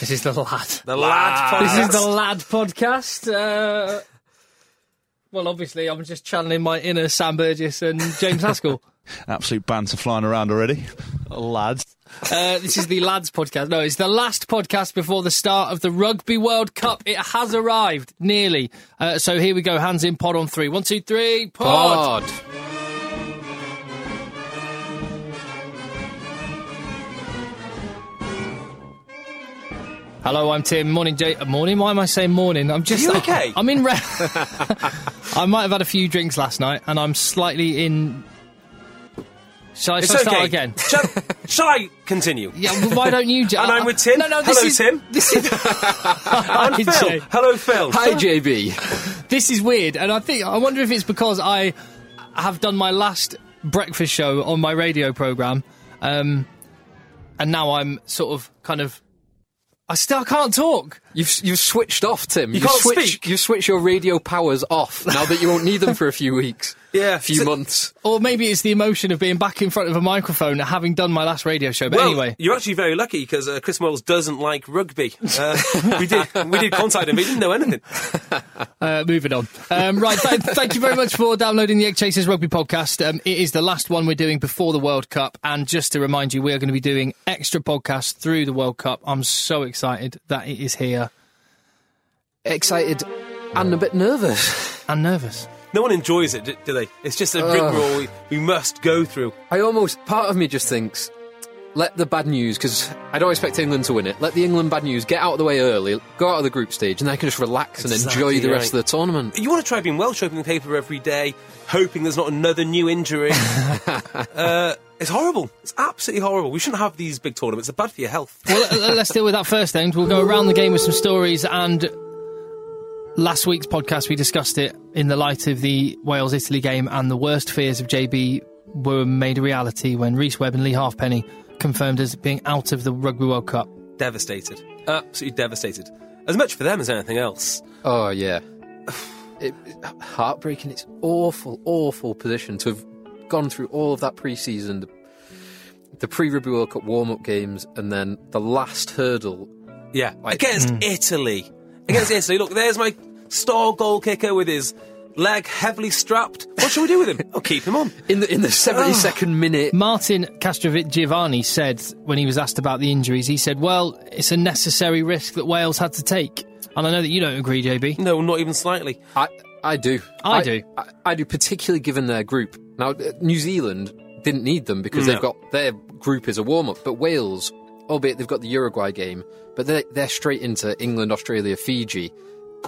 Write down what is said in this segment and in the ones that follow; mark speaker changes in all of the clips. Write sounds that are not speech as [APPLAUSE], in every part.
Speaker 1: this is the lad.
Speaker 2: The lad.
Speaker 1: Ah. This
Speaker 2: podcast.
Speaker 1: is the lad podcast. Uh, well, obviously, I'm just channeling my inner Sam Burgess and James [LAUGHS] Haskell.
Speaker 3: Absolute banter flying around already. Lads.
Speaker 1: Uh, this is the lads podcast. No, it's the last podcast before the start of the Rugby World Cup. It has arrived nearly. Uh, so here we go. Hands in pod on three. One, two, three. Pod.
Speaker 2: pod.
Speaker 1: Hello, I'm Tim. Morning, Jay. uh, Morning. Why am I saying morning? I'm just. [LAUGHS]
Speaker 2: you okay?
Speaker 1: I'm in. Re-
Speaker 2: [LAUGHS]
Speaker 1: I might have had a few drinks last night, and I'm slightly in. Shall I,
Speaker 2: It's
Speaker 1: shall I
Speaker 2: okay.
Speaker 1: start again?
Speaker 2: [LAUGHS] Shall, shall I
Speaker 1: [LAUGHS]
Speaker 2: continue?
Speaker 1: Yeah, well, why don't
Speaker 2: [LAUGHS]
Speaker 1: you? Jay?
Speaker 2: And I'm with Tim.
Speaker 1: No, no, this
Speaker 2: Hello,
Speaker 1: is,
Speaker 2: Tim.
Speaker 1: This
Speaker 2: [LAUGHS]
Speaker 1: is. [LAUGHS]
Speaker 2: And
Speaker 1: Hi,
Speaker 2: Phil.
Speaker 1: Jay.
Speaker 2: Hello, Phil.
Speaker 4: Hi, JB.
Speaker 1: [LAUGHS] This is weird, and I think I wonder if it's because I have done my last breakfast show on my radio program, um, and now I'm sort of kind of. I still can't talk.
Speaker 4: You've you've switched off, Tim. You
Speaker 2: can't
Speaker 4: switched,
Speaker 2: speak.
Speaker 4: You've switched your radio powers off now that you won't need them for a few weeks.
Speaker 2: [LAUGHS] Yeah.
Speaker 4: a few
Speaker 2: So-
Speaker 4: months.
Speaker 1: Or maybe it's the emotion of being back in front of a microphone, and having done my last radio show. But
Speaker 2: Well,
Speaker 1: anyway,
Speaker 2: you're actually very lucky because uh, Chris Moyles doesn't like rugby.
Speaker 1: [LAUGHS]
Speaker 2: Uh, we did we did contact him. He didn't know anything.
Speaker 1: Uh, moving on. Um, right, th- [LAUGHS] thank you very much for downloading the Egg Chasers Rugby Podcast. Um, it is the last one we're doing before the World Cup. And just to remind you, we are going to be doing extra podcasts through the World Cup. I'm so excited that it is here.
Speaker 4: Excited and a bit nervous.
Speaker 1: I'm nervous.
Speaker 2: No one enjoys it, do- do they? It's just a rigmarole we, we must go through.
Speaker 4: I almost part of me just thinks, let the bad news because I don't expect England to win it. Let the England bad news get out of the way early, go out of the group stage, and I can just relax and
Speaker 2: Exactly
Speaker 4: enjoy the rest
Speaker 2: right.
Speaker 4: of the tournament.
Speaker 2: You want to try being Welsh, opening the paper every day, hoping there's not another
Speaker 1: [LAUGHS]
Speaker 2: new injury. uh, it's horrible. It's absolutely horrible. We shouldn't have these big tournaments. They're bad for your health.
Speaker 1: Well, let- let's deal with that first, Then We'll go around the game with some stories. And last week's podcast, we discussed it in the light of the Wales Italy game, and the worst fears of JB were made a reality when Reese Webb and Lee Halfpenny confirmed as being out of the Rugby World Cup.
Speaker 2: Devastated. Absolutely devastated. As much for them as anything else.
Speaker 4: Oh yeah, it, it- heartbreaking. It's awful, awful position to have gone through all of that pre-season, the, the pre-Rugby World Cup warm-up games, and then the last hurdle
Speaker 2: Yeah,
Speaker 4: Like-
Speaker 2: against Italy. [LAUGHS] Against Italy. Look, there's my star goal kicker with his leg heavily strapped. What shall we do with [LAUGHS] him? I'll keep him on.
Speaker 4: in the in the seventy second minute.
Speaker 1: Martin Castrovic Giovanni said when he was asked about the injuries, he said, Well, it's a necessary risk that Wales had to take. And I know that you don't agree, JB.
Speaker 2: No, not even slightly.
Speaker 4: I I do.
Speaker 1: I do.
Speaker 4: I, I do. Particularly given their group. Now, uh, New Zealand didn't need them because
Speaker 2: No.
Speaker 4: they've got their group is a warm up, but Wales, albeit they've got the Uruguay game, but they're they're straight into England, Australia, Fiji.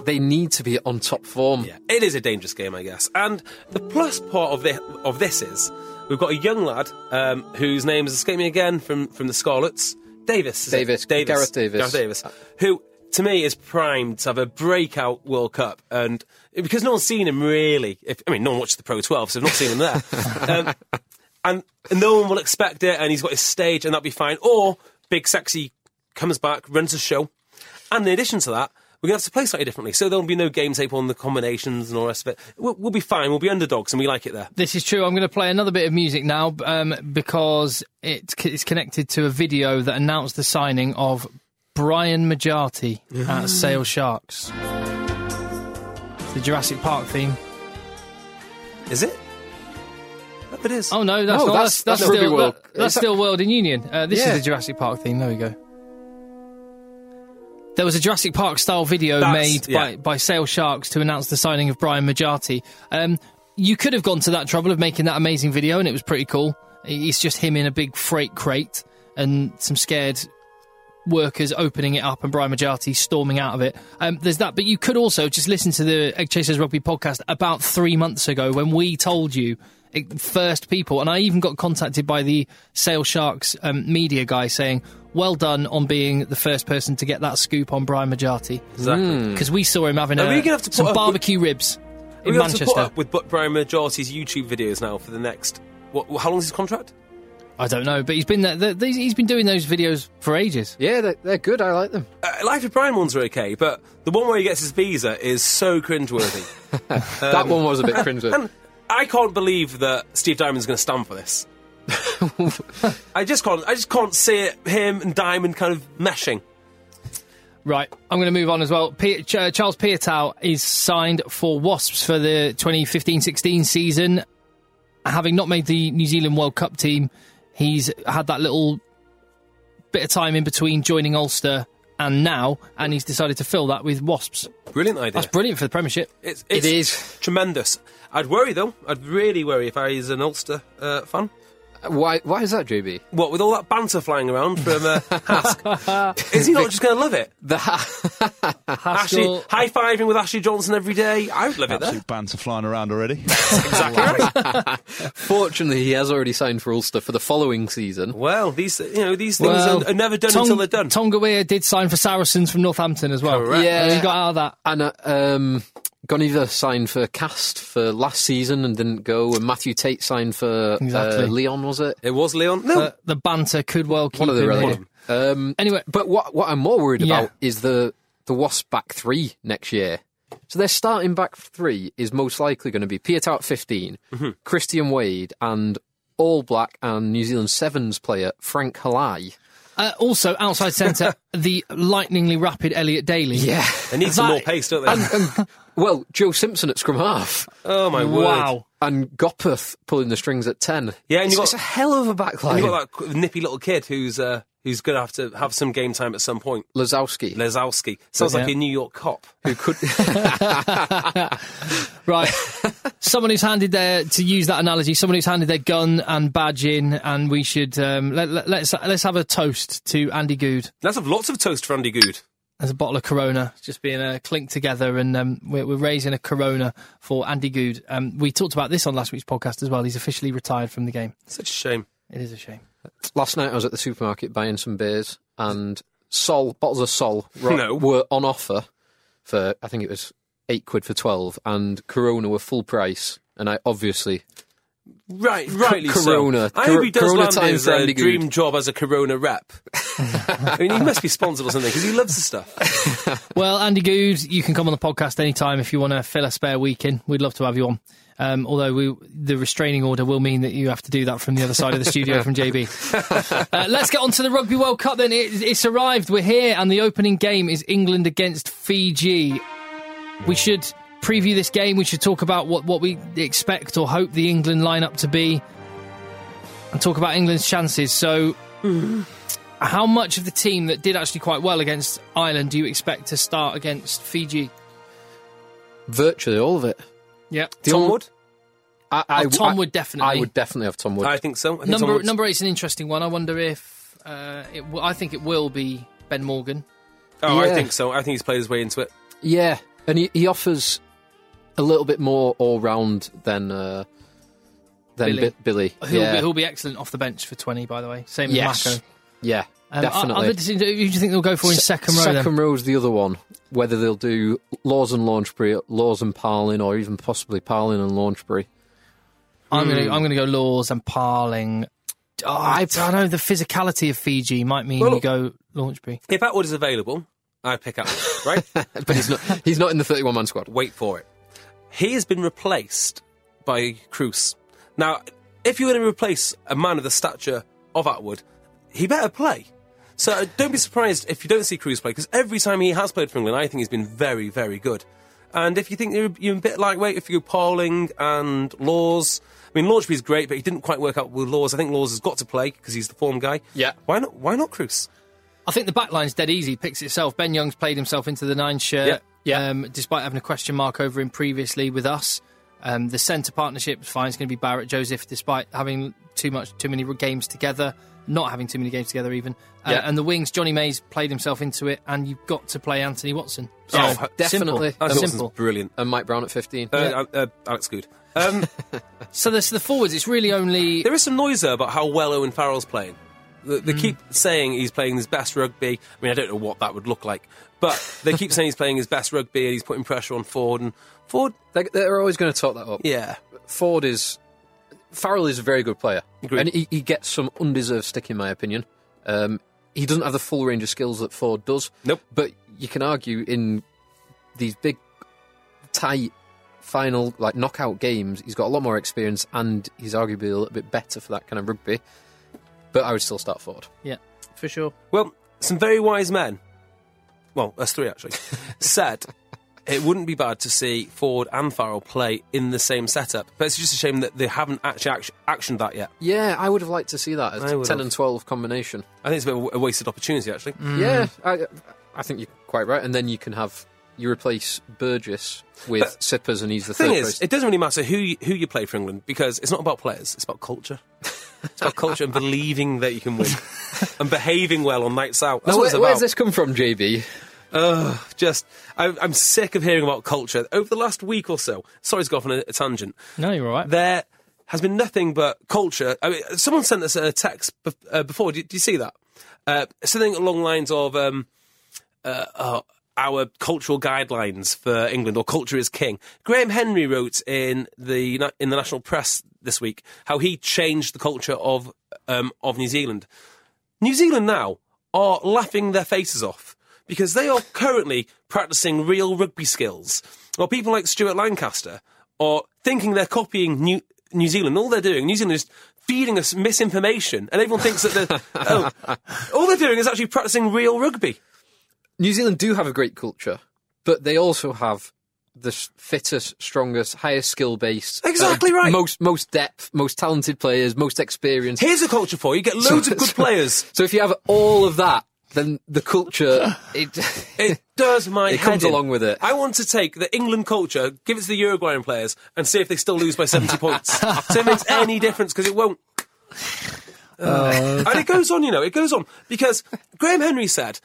Speaker 4: They need to be on top form.
Speaker 2: Yeah, it is a dangerous game, I guess. And the plus part of this, of this is we've got a young lad um, whose name is escaping me again from, from the Scarlets. Davis. is it?
Speaker 4: Davis. Gareth Davis.
Speaker 2: Gareth Davis. Who, to me, is primed to have a breakout World Cup. And because no one's seen him really. If, I mean, no one watched the Pro 12, so I've not seen him
Speaker 4: [LAUGHS]
Speaker 2: there. um, and no one will expect it, and he's got his stage, and that'll be fine. Or Big Sexy comes back, runs a show, and in addition to that, we're going to have to play slightly differently. So there'll be no game tape on the combinations and all the rest of it. We'll, we'll be fine. We'll be underdogs, and we like it there.
Speaker 1: This is true. I'm going to play another bit of music now um, because it c- it's connected to a video that announced the signing of Brian Majati at Sale Sharks. It's the Jurassic Park theme.
Speaker 2: Is it? Nope, it is.
Speaker 1: Oh no, that's
Speaker 4: No,
Speaker 1: not, that's,
Speaker 4: that's-
Speaker 1: that's,
Speaker 4: that's Rugby
Speaker 1: still
Speaker 4: World.
Speaker 1: that- that's
Speaker 4: Is that-
Speaker 1: still World in Union. Uh, this
Speaker 4: Yeah.
Speaker 1: is the Jurassic Park theme. There we go. There was a Jurassic Park style video
Speaker 2: That's-
Speaker 1: made by,
Speaker 2: yeah.
Speaker 1: by Sale Sharks to announce the signing of Brian Majati. Um, you could have gone to that trouble of making that amazing video, and it was pretty cool. It's just him in a big freight crate and some scared workers opening it up and Brian Majati storming out of it. Um, there's that, but you could also just listen to the Egg Chasers Rugby podcast about three months ago when we told you it, first people, and I even got contacted by the Sale Sharks um, media guy saying, "Well done on being the first person to get that scoop on Brian Majati,"
Speaker 2: exactly.
Speaker 4: mm.
Speaker 1: because we saw him having a,
Speaker 2: Hmm. Are we gonna have to put
Speaker 1: some
Speaker 2: up with-
Speaker 1: barbecue ribs
Speaker 2: Are
Speaker 1: in
Speaker 2: we able to put
Speaker 1: Manchester.
Speaker 2: up with Bu- Brian Majority's YouTube videos now for the next. What, how long is his contract?
Speaker 1: I don't know, but he's been there, th- th- he's been doing those videos for ages.
Speaker 4: Yeah, they're, they're good. I like them.
Speaker 2: Uh, Life of Brian ones are okay, but the one where he gets his visa is
Speaker 1: [LAUGHS]
Speaker 2: so cringeworthy.
Speaker 4: that one was a bit cringe.
Speaker 2: and I can't believe that Steve Diamond's going to stand
Speaker 1: [LAUGHS]
Speaker 2: for this. I just can't. I just can't see it, him and Diamond kind of meshing.
Speaker 1: Right, I'm going to move on as well. P- Ch- uh, Charles Piatow is signed for Wasps for the 2015-16 season. Having not made the New Zealand World Cup team, he's had that little bit of time in between joining Ulster and now, and he's decided to fill that with Wasps.
Speaker 2: Brilliant idea.
Speaker 1: That's brilliant for the Premiership.
Speaker 2: It's,
Speaker 4: It
Speaker 2: it's
Speaker 4: is.
Speaker 2: tremendous. I'd worry though. I'd really worry if I was an Ulster uh, fan.
Speaker 4: Why? Why is that, JB?
Speaker 2: What with all that banter flying around from uh, Hask, is he not just going to love it?
Speaker 4: The ha-
Speaker 2: Ashley
Speaker 1: Haskell,
Speaker 2: high fiving with Ashley Johnson every day. I would love it there.
Speaker 3: Absolute banter flying around already.
Speaker 2: Exactly. right.
Speaker 4: fortunately, he has already signed for Ulster for the following season.
Speaker 2: Well, these you know these things are, are never done
Speaker 1: Tong-
Speaker 2: until they're done.
Speaker 1: Tonga Weah did sign for Saracens from Northampton as well.
Speaker 2: Correct.
Speaker 4: Yeah.
Speaker 1: And he got out of that.
Speaker 4: And uh, um, Goniva signed for Cast for last season and didn't go. And Matthew Tate signed for
Speaker 1: Exactly.
Speaker 4: uh, Leon, was it?
Speaker 2: it was Leon. No,
Speaker 1: uh, The, the banter could well keep
Speaker 4: One of the
Speaker 1: him
Speaker 4: related.
Speaker 1: in.
Speaker 4: Um,
Speaker 1: Anyway,
Speaker 4: but what what I'm more worried about
Speaker 1: Yeah.
Speaker 4: is the the Wasp back three next year. So their starting back three is most likely going to be Pietau at 15, Christian Wade, and All Black and New Zealand Sevens player Frank Halai.
Speaker 1: Uh, also, outside centre, the lightningly rapid Elliot Daly.
Speaker 4: Yeah.
Speaker 2: they need some
Speaker 1: that-
Speaker 2: more pace, don't they?
Speaker 4: Well, Joe Simpson at scrum half.
Speaker 2: oh my word!
Speaker 1: Wow.
Speaker 4: and Gopeth pulling the strings at 10.
Speaker 2: Yeah, and
Speaker 4: it's,
Speaker 2: you got-
Speaker 4: it's a hell of a backline.
Speaker 2: You got that nippy little kid who's uh, who's going to have to have some game time at some point.
Speaker 4: Lazowski,
Speaker 2: Lezowski sounds like
Speaker 1: Yeah.
Speaker 2: a New York cop.
Speaker 4: who could.
Speaker 1: Right. someone who's handed their, to use that analogy, someone who's handed their gun and badge in, and we should, um, let, let, let's, let's have a toast to Andy Good
Speaker 2: Let's have lots of toast for Andy Good.
Speaker 1: as a bottle of Corona, just being uh, clinked together, and um, we're, we're raising a Corona for Andy Good. Um, we talked about this on last week's podcast as well. He's officially retired from the game.
Speaker 2: Such a shame.
Speaker 1: It is a shame.
Speaker 4: Last night I was at the supermarket buying some beers and Sol, bottles of Sol ro-
Speaker 2: No.
Speaker 4: were on offer for, I think it was eight quid for 12, and Corona were full price. And I obviously,
Speaker 2: Right, rightly
Speaker 4: Corona.
Speaker 2: so. I hope he does
Speaker 4: Corona
Speaker 2: land
Speaker 4: time
Speaker 2: his
Speaker 4: for
Speaker 2: uh,
Speaker 4: Andy Good.
Speaker 2: dream job as a Corona
Speaker 4: [LAUGHS]
Speaker 2: rep. I mean, he must be sponsored or something because he loves the
Speaker 4: [LAUGHS]
Speaker 2: stuff.
Speaker 1: Well, Andy Good, you can come on the podcast anytime if you want to fill a spare week in. We'd love to have you on. Um, although we, the restraining order will mean that you have to do that from the other side of the studio from JB. Uh, let's get on to the Rugby World Cup then. It, it's arrived. We're here, and the opening game is England against Fiji. We should preview this game. We should talk about what, what we expect or hope the England lineup to be and talk about England's chances. So, how much of the team that did actually quite well against Ireland do you expect to start against Fiji?
Speaker 4: virtually all of it.
Speaker 1: Yeah.
Speaker 4: The
Speaker 2: Tom
Speaker 4: only-
Speaker 2: Wood?
Speaker 4: I, I,
Speaker 1: Oh, Tom
Speaker 4: I-
Speaker 1: Wood definitely.
Speaker 4: I would definitely have Tom Wood.
Speaker 2: I think so. I think Tom
Speaker 1: number
Speaker 2: Wood's-
Speaker 1: number eight's an interesting one. I wonder if uh, it w- I think it will be Ben Morgan.
Speaker 2: Oh, I
Speaker 4: Yeah.
Speaker 2: think so. I think he's played his way into it.
Speaker 4: Yeah, and he, he offers a little bit more all round than uh, than
Speaker 1: Billy.
Speaker 4: Billy. Billy.
Speaker 1: He'll,
Speaker 4: yeah,
Speaker 1: be, he'll be excellent off the bench for twenty. By the way, same
Speaker 4: yes,
Speaker 1: as Mako.
Speaker 4: yeah,
Speaker 1: Um, I,
Speaker 4: definitely.
Speaker 1: I've interested- who do you think they'll go for in
Speaker 4: Se-
Speaker 1: second row? then?
Speaker 4: Second row's the other one. Whether they'll do Laws and Launchbury, Laws and Parlin, or even possibly Parlin
Speaker 1: [LAUGHS]
Speaker 4: and Launchbury.
Speaker 1: I'm gonna I'm gonna go Laws and Parling. Oh, I don't know. The physicality of Fiji might mean
Speaker 2: Well,
Speaker 1: you go Launchbury.
Speaker 2: If Atwood is available, I'd pick Atwood,
Speaker 4: [LAUGHS]
Speaker 2: right?
Speaker 4: But he's not. he's not in the thirty-one man squad.
Speaker 2: Wait for it. He has been replaced by Cruz. Now, if you're going to replace a man of the stature of Atwood, he better play. So uh, don't be surprised if you don't see Cruz play, because every time he has played for England, I think he's been very, very good. And if you think you're, you're a bit lightweight, if you go Parling and Laws, I mean, Launchby's great, but he didn't quite work out with Laws. I think Laws has got to play because he's the form guy.
Speaker 4: Yeah.
Speaker 2: Why not? Why not Cruz?
Speaker 1: I think the back line's dead easy. Picks itself. Ben Young's played himself into the nine shirt.
Speaker 4: Yeah, yeah.
Speaker 1: Um, despite having a question mark over him previously with us, um, the centre partnership is fine. It's going to be Barrett Joseph, despite having too much, too many games together, not having too many games together even. Uh,
Speaker 4: Yeah.
Speaker 1: And the wings, Johnny Mays played himself into it, and you've got to play Anthony Watson. So,
Speaker 4: Yeah,
Speaker 2: Oh,
Speaker 1: simple.
Speaker 4: definitely.
Speaker 1: Oh, Simple.
Speaker 2: Anthony Watson's brilliant.
Speaker 4: And Mike Brown at 15.
Speaker 2: Uh, uh, uh, Alex Good. Um,
Speaker 1: So there's the forwards. It's really only
Speaker 2: There is some noise there about how well Owen Farrell's playing. They, they keep saying he's playing his best rugby. I mean, I don't know what that would look like, but they keep saying he's playing his best rugby and he's putting pressure on Ford. And Ford,
Speaker 4: They, they're always going to talk that up.
Speaker 2: yeah,
Speaker 4: Ford is Farrell is a very good player,
Speaker 2: Agreed.
Speaker 4: and he, he gets some undeserved stick in my opinion. Um, he doesn't have the full range of skills that Ford does.
Speaker 2: Nope.
Speaker 4: But you can argue in these big, tight, final like knockout games, he's got a lot more experience, and he's arguably a little bit better for that kind of rugby. But I would still start Ford.
Speaker 1: yeah, for sure.
Speaker 2: well, some very wise men, well, us three actually, said it wouldn't be bad to see Ford and Farrell play in the same setup. But it's just a shame that they haven't actually act- actioned that yet.
Speaker 4: Yeah, I would have liked to see that as
Speaker 2: I would
Speaker 4: ten
Speaker 2: have.
Speaker 4: and twelve combination.
Speaker 2: I think it's a bit of a wasted opportunity, actually.
Speaker 4: Yeah, I, I think you're quite right. And then you can have you replace Burgess with
Speaker 2: But-
Speaker 4: Sippers, and he's the
Speaker 2: The thing
Speaker 4: third
Speaker 2: is,
Speaker 4: place.
Speaker 2: it doesn't really matter who you, who you play for England because it's not about players; it's about culture. It's about culture
Speaker 4: [LAUGHS]
Speaker 2: and believing that you can win and behaving well on nights out. That's
Speaker 4: Now,
Speaker 2: what it's
Speaker 4: where, where's
Speaker 2: about.
Speaker 4: this come from, JB?
Speaker 2: Ugh, just, I, I'm sick of hearing about culture over the last week or so. Sorry to go off on a, a tangent.
Speaker 1: No, you're all right.
Speaker 2: There has been nothing but culture. I mean, someone sent us a text bef- uh, before. Did, did you see that? Uh, something along the lines of. Um, uh, our cultural guidelines for England or culture is king. Graham Henry wrote in the in the national press this week how he changed the culture of um, of New Zealand. New Zealand now are laughing their faces off because they are currently practicing real rugby skills. Or people like Stuart Lancaster are thinking they're copying New New Zealand. All they're doing, New Zealand is feeding us misinformation, and everyone thinks that they're oh, all they're doing is actually practicing real rugby.
Speaker 4: New Zealand do have a great culture, but they also have the s- fittest, strongest, highest skill base. um,
Speaker 2: Exactly right.
Speaker 4: Most most depth, most talented players, most experience.
Speaker 2: Here's a culture for you. You Get loads
Speaker 4: [LAUGHS]
Speaker 2: of good players.
Speaker 4: So if you have all of that, then the [LAUGHS] culture it
Speaker 2: It
Speaker 4: [LAUGHS]
Speaker 2: does my
Speaker 4: It
Speaker 2: head
Speaker 4: comes
Speaker 2: in.
Speaker 4: along with it.
Speaker 2: I want to take the England culture, give it to the Uruguayan players, and see if they still lose by
Speaker 4: [LAUGHS]
Speaker 2: 70 points. See if it makes any difference because it won't.
Speaker 4: Oh.
Speaker 2: and it goes on, you know, it goes on because Graham Henry said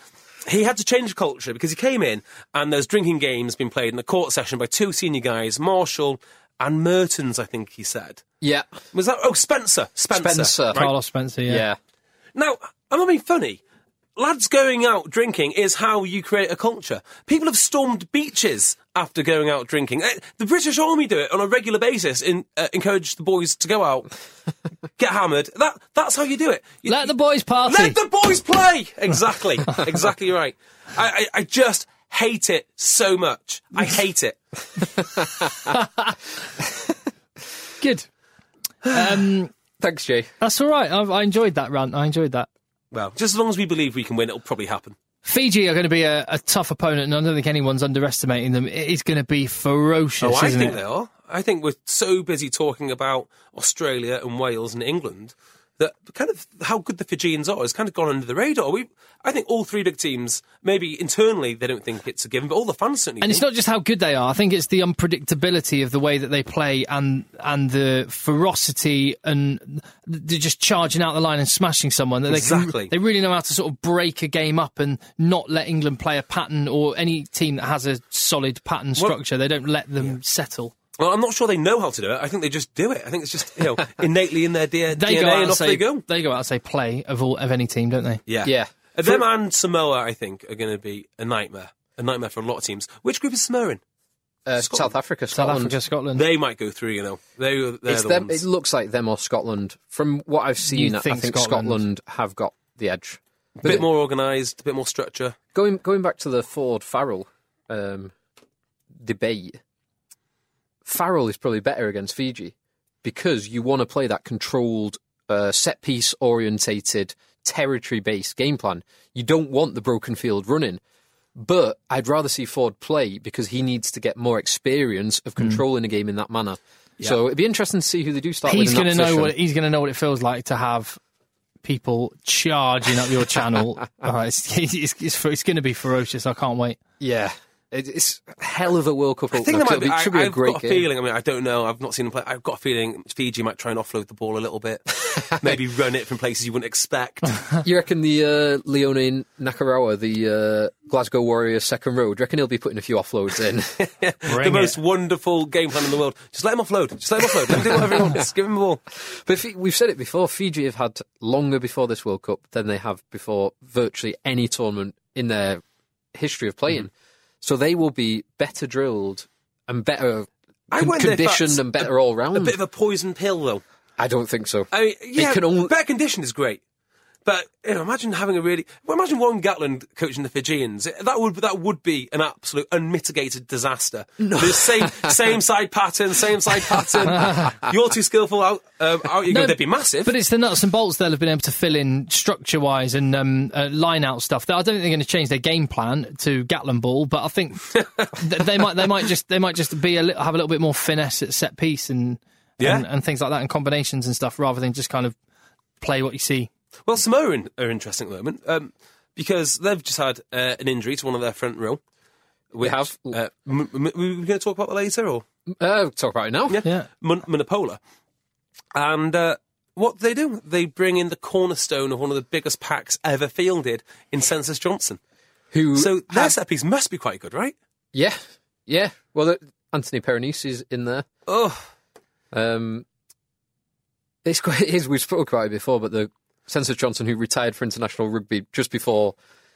Speaker 2: he had to change culture because he came in and there's drinking games being played in a court session by two senior guys, Marshall and Mertens, I think he said.
Speaker 4: yeah
Speaker 2: Was that? Oh, Spencer. Spencer.
Speaker 4: Spencer
Speaker 1: Carlos Spencer. Yeah.
Speaker 4: yeah
Speaker 2: Now, I'm not being funny. Lads going out drinking is how you create a culture. People have stormed beaches after going out drinking. Eh, The British Army do it on a regular basis and uh, encourage the boys to
Speaker 1: [LAUGHS]
Speaker 2: go out, get hammered. That that's how you do it. You-
Speaker 1: Let the boys party.
Speaker 2: let the
Speaker 1: [LAUGHS]
Speaker 2: boys play. Exactly, exactly right. I, I, I just hate it so much.
Speaker 1: [LAUGHS]
Speaker 2: I hate it.
Speaker 1: Good. [SIGHS] Um,
Speaker 4: Thanks, Jay.
Speaker 1: that's all right. I, I enjoyed that rant. I enjoyed that.
Speaker 2: Well, just as long as we believe we can win, it'll probably happen.
Speaker 1: Fiji are going to be a, a tough opponent, and I don't think anyone's underestimating them. It is going to be ferocious,
Speaker 2: Oh, I
Speaker 1: isn't
Speaker 2: think
Speaker 1: it?
Speaker 2: they are. I think we're so busy talking about Australia and Wales and England that kind of how good the Fijians are has kind of gone under the radar. We, I think all three big teams, maybe internally they don't think it's a given, but all the fans certainly.
Speaker 1: And it's
Speaker 2: think.
Speaker 1: not just how good they are. I think it's the unpredictability of the way that they play and and the ferocity and they're just charging out the line and smashing someone. That They,
Speaker 2: Exactly.
Speaker 1: can, they really know how to sort of break a game up and not let England play a pattern or any team that has a solid pattern structure. they don't let them settle.
Speaker 2: Well, I'm not sure they know how to do it. I think they just do it. I think it's just
Speaker 1: [LAUGHS]
Speaker 2: you know innately in their D-
Speaker 1: They
Speaker 2: DNA,
Speaker 1: go out
Speaker 2: and
Speaker 1: and
Speaker 2: off
Speaker 1: say
Speaker 2: they go.
Speaker 1: go out and say play of all of any team, don't they?
Speaker 2: Yeah,
Speaker 4: Yeah.
Speaker 2: Uh, Them and Samoa, I think, are going to be a nightmare. A nightmare for a lot of teams. Which group is Samoa in?
Speaker 4: Uh,
Speaker 2: Scotland.
Speaker 4: South Africa,
Speaker 1: South
Speaker 4: Scotland.
Speaker 1: Africa, Scotland.
Speaker 2: They might go through. You know, they they're
Speaker 4: it's
Speaker 2: the
Speaker 4: them.
Speaker 2: ones.
Speaker 4: It looks like them or Scotland. From what I've seen, I
Speaker 1: think
Speaker 4: think
Speaker 1: Scotland.
Speaker 4: Scotland. have got the edge.
Speaker 2: a bit more organised, a bit more structure.
Speaker 4: Going going back to the Ford Farrell um, debate, Farrell is probably better against Fiji because you want to play that controlled, uh, set piece orientated, territory based game plan. You don't want the broken field running. But I'd rather see Ford play because he needs to get more experience of
Speaker 1: Hmm.
Speaker 4: controlling a game in that manner. So it'd be interesting to see who they do start
Speaker 1: he's
Speaker 4: with.
Speaker 1: going to
Speaker 4: in that
Speaker 1: know
Speaker 4: position.
Speaker 1: what he's going to know what it feels like to have people charging up your
Speaker 2: [LAUGHS]
Speaker 1: channel. Uh, it's [LAUGHS] it's, it's, it's going to be ferocious. I can't wait.
Speaker 4: Yeah. It- It's a hell of a World Cup.
Speaker 2: I think that might Oh, be,
Speaker 4: It should be
Speaker 2: I,
Speaker 4: a
Speaker 2: I've
Speaker 4: great
Speaker 2: got a
Speaker 4: game.
Speaker 2: feeling. I mean, I don't know. I've not seen them play. I've got a feeling Fiji might try and offload the ball a little
Speaker 4: [LAUGHS]
Speaker 2: bit, maybe run it from places you wouldn't expect.
Speaker 4: You reckon the uh, Leone Nakarawa, the uh, Glasgow Warriors second row, do you reckon he'll be putting a few offloads in? [LAUGHS]
Speaker 2: the most wonderful game plan in the world. Just let him offload. Just let him offload. Let him do whatever he wants. Give him the ball.
Speaker 4: but if, we've said it before, Fiji have had longer before this World Cup than they have before virtually any tournament in their history of playing. So they will be better drilled and better
Speaker 2: I
Speaker 4: con-
Speaker 2: wonder if
Speaker 4: [LAUGHS] conditioned
Speaker 2: that's
Speaker 4: and better
Speaker 2: a-
Speaker 4: all
Speaker 2: A
Speaker 4: round.
Speaker 2: bit of a poison pill, though.
Speaker 4: I don't think so.
Speaker 2: I mean, yeah,
Speaker 4: can only-
Speaker 2: bad condition is great, but you know, imagine having a really well, imagine Warren Gatland coaching the Fijians. That would that would be an absolute unmitigated disaster. The same same side pattern, same side pattern. You're too skillful. Out, um, out you go. They'd be massive.
Speaker 1: But it's the nuts and bolts they'll have been able to fill in structure wise and um, uh, line out stuff. That I don't think they're going to change their game plan to Gatlin ball, but I
Speaker 2: [LAUGHS]
Speaker 1: think th- they might they might just they might just be a little, have a little bit more finesse at set piece and,
Speaker 2: Yeah.
Speaker 1: and and things like that and combinations and stuff rather than just kind of play what you see.
Speaker 2: well, Samoa are, in, are interesting at the moment um, because they've just had uh, an injury to one of their front row. We
Speaker 4: have.
Speaker 2: Uh, m- m- we're going to talk about that later, or
Speaker 4: Uh, talk about it now.
Speaker 1: Yeah.
Speaker 2: Mon- Monopola. And uh, what do they do? They bring in the cornerstone of one of the biggest packs ever fielded in Census Johnson.
Speaker 1: Mm.
Speaker 4: Who
Speaker 2: So
Speaker 4: have-
Speaker 2: their set piece must be quite good, right?
Speaker 4: Yeah, yeah. Well, the- Anthony Peronese is in there.
Speaker 2: Oh,
Speaker 4: Um, it's quite, it is, we've spoke about it before, but the Censor Johnson, who retired for international rugby just before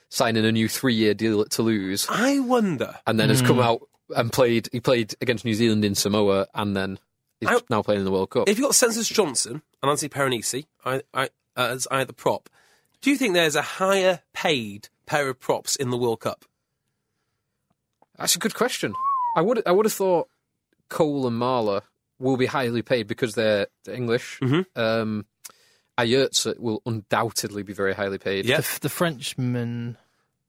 Speaker 4: signing a new three year deal at Toulouse,
Speaker 2: I wonder.
Speaker 4: and then has come
Speaker 2: Hmm.
Speaker 4: out and played, he played against New Zealand in Samoa, and then he's
Speaker 2: I-
Speaker 4: now playing in the World Cup.
Speaker 2: If you've got Census Johnson and Anthony Peronisi I, I, uh, as either prop, do you think there's a higher paid pair of props in the World Cup?
Speaker 4: That's a good question. I would, I would have thought Cole and Marla will be highly paid because they're they're English.
Speaker 2: Mm-hmm.
Speaker 4: Um, Ayertz will undoubtedly be very highly paid.
Speaker 2: Yeah.
Speaker 1: The, f- the Frenchman.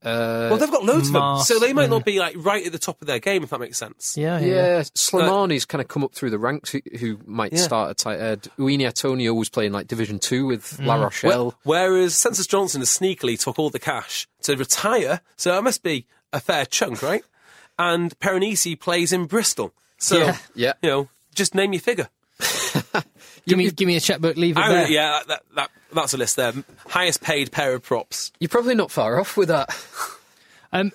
Speaker 4: Uh,
Speaker 2: Well, they've got loads of them, so they might not
Speaker 1: Marsman.
Speaker 2: be like right at the top of their game, if that makes sense.
Speaker 1: Yeah, yeah. yeah.
Speaker 4: Yeah, Slimani's kind of come up through the ranks. Who, who might
Speaker 2: Yeah.
Speaker 4: start at tight end? Uini Antonio was playing like Division Two with
Speaker 1: Mm.
Speaker 4: La Rochelle.
Speaker 2: Whereas Census Johnson has sneakily took all the cash to retire, so it must be a fair chunk, right? And Peronisi plays in Bristol. So,
Speaker 1: Yeah.
Speaker 4: Yeah.
Speaker 2: you know, just name your figure.
Speaker 1: Give me give me a checkbook. Leave it
Speaker 2: I
Speaker 1: there.
Speaker 2: would- yeah, that, that, that, that's a list there. Highest paid pair of props.
Speaker 4: You're probably not far off with that.
Speaker 1: Um,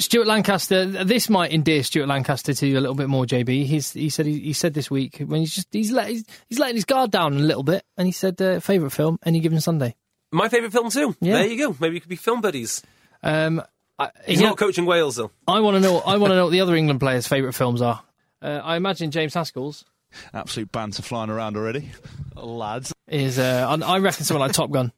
Speaker 1: Stuart Lancaster. th- This might endear Stuart Lancaster to you a little bit more. JB. He's he said he, he said this week when he's just he's let he's, he's letting his guard down a little bit, and he said uh, favorite film Any Given Sunday.
Speaker 2: My favourite film, too.
Speaker 1: Yeah.
Speaker 2: There you go. Maybe you could be film buddies.
Speaker 1: Um, I,
Speaker 2: He's
Speaker 1: you know,
Speaker 2: not coaching Wales, though.
Speaker 1: I want to know. I want to know what the other England players' favorite films are. Uh, I imagine James Haskell's
Speaker 3: Absolute banter flying around already. Lads.
Speaker 1: is. Uh, I I reckon someone like Top Gun.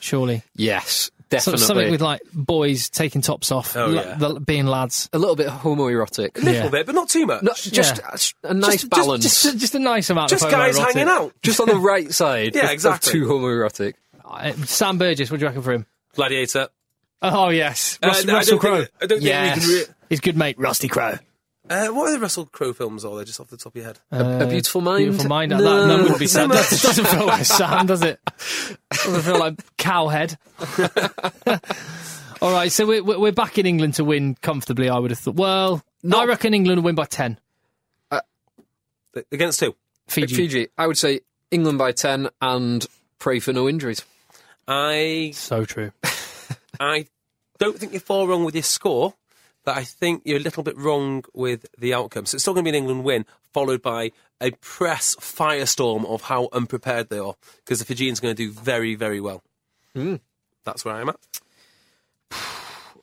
Speaker 1: Surely,
Speaker 4: Yes,
Speaker 1: So-
Speaker 4: definitely.
Speaker 1: something with like boys taking tops off,
Speaker 2: Oh,
Speaker 1: la-
Speaker 2: yeah.
Speaker 1: the- being lads.
Speaker 4: a little bit homoerotic.
Speaker 2: A little
Speaker 1: Yeah.
Speaker 2: bit, but not too much.
Speaker 4: No, just
Speaker 1: Yeah.
Speaker 4: a s- a nice
Speaker 2: just-
Speaker 4: balance, just,
Speaker 1: Just, just, just a nice amount.
Speaker 2: just
Speaker 1: of
Speaker 2: guys
Speaker 1: homoerotic.
Speaker 2: hanging out.
Speaker 4: on the right [LAUGHS] side.
Speaker 2: Yeah,
Speaker 4: of- of
Speaker 2: exactly.
Speaker 4: Too homoerotic.
Speaker 1: Uh, Sam Burgess. What do you reckon for him?
Speaker 2: Gladiator.
Speaker 1: Oh yes,
Speaker 2: Uh,
Speaker 1: Russell,
Speaker 2: I don't
Speaker 1: Russell
Speaker 2: think-
Speaker 1: Crowe.
Speaker 2: I don't think we
Speaker 1: yes.
Speaker 2: can re-
Speaker 1: his good mate Rusty Crowe.
Speaker 2: Uh, what are the Russell Crowe films, are they, just off the top of your head?
Speaker 4: a Beautiful Mind.
Speaker 1: Uh, Beautiful mind.
Speaker 4: No.
Speaker 1: That, that wouldn't be
Speaker 2: So
Speaker 1: Sam.
Speaker 2: much.
Speaker 1: That doesn't
Speaker 2: [LAUGHS]
Speaker 1: feel like Sam, does it? Doesn't feel like
Speaker 2: [LAUGHS]
Speaker 1: cowhead. All right, so we're we're we're back in England to win comfortably. I would have thought. Well, I reckon England will win by ten.
Speaker 2: Against two.
Speaker 1: Fiji.
Speaker 4: Fiji. I would say England by ten, and pray for no injuries.
Speaker 2: I
Speaker 1: So true.
Speaker 2: I don't think you're far wrong with your score, but I think you're a little bit wrong with the outcome. So it's still going to be an England win, followed by a press firestorm of how unprepared they are, because the Fijians are going to do very, very well. That's where I'm at.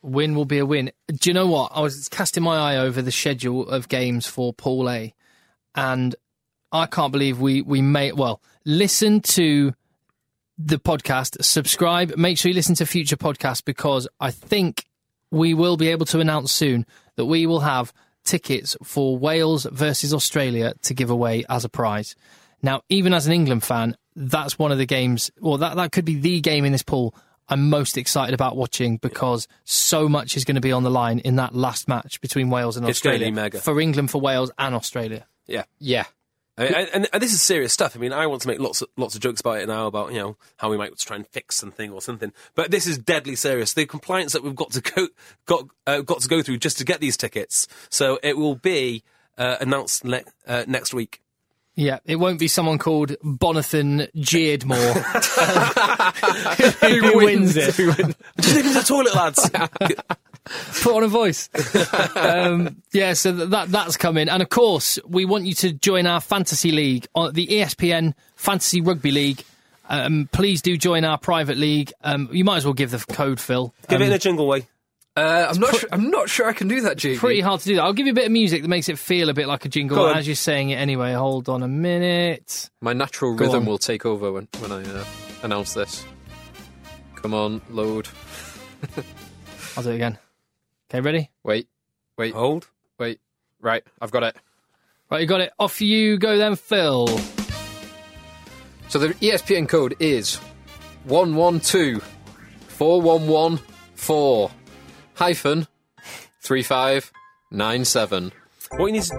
Speaker 1: Win will be a win. Do you know what? I was casting my eye over the schedule of games for Paul A, and I can't believe we we may well listen to the podcast, subscribe, make sure you listen to future podcasts because I think we will be able to announce soon that we will have tickets for Wales versus Australia to give away as a prize. Now, even as an England fan, that's one of the games, or that, that could be the game in this pool I'm most excited about watching because so much is going to be on the line in that last match between Wales and
Speaker 2: It's gonna
Speaker 1: Australia.
Speaker 2: be mega.
Speaker 1: For England, for Wales, and Australia.
Speaker 2: Yeah.
Speaker 4: Yeah.
Speaker 2: I mean, and, and this is serious stuff. I mean, I want to make lots of, lots of jokes about it now about you know how we might try and fix something or something, but this is deadly serious. The compliance that we've got to go got uh, got to go through just to get these tickets. So it will be uh, announced le- uh, next week.
Speaker 1: Yeah, it won't be sononeCalled Bonathan [LAUGHS] Jeardmore who, wins it.
Speaker 2: Just leave it to the toilet,
Speaker 1: [LAUGHS]
Speaker 2: lads.
Speaker 1: put on a voice. um, yeah, so th- that that's coming, and of course we want you to join our fantasy league on the E ESPN Fantasy Rugby League. Um, please do join our private league. Um, you might as well give the f- code, Phil.
Speaker 2: Give it in a jingle way.
Speaker 4: Uh, I'm not. sure, I'm not sure I can do that, JB.
Speaker 1: Pretty hard to do that. I'll give you a bit of music that makes it feel a bit like a jingle
Speaker 2: Go on.
Speaker 1: as you're saying it. Anyway, hold on a minute.
Speaker 4: My natural
Speaker 1: Go
Speaker 4: rhythm
Speaker 1: on.
Speaker 4: will take over when when I uh, announce this. Come on, load.
Speaker 1: I'll do it again. Okay, ready?
Speaker 4: Wait, wait,
Speaker 2: Hold.
Speaker 4: wait. Right, I've got it.
Speaker 1: Right, you got it. Off you go then, Phil.
Speaker 4: So the E ESPN code is one one two four one one four hyphen three five nine seven.
Speaker 2: What you need? Is...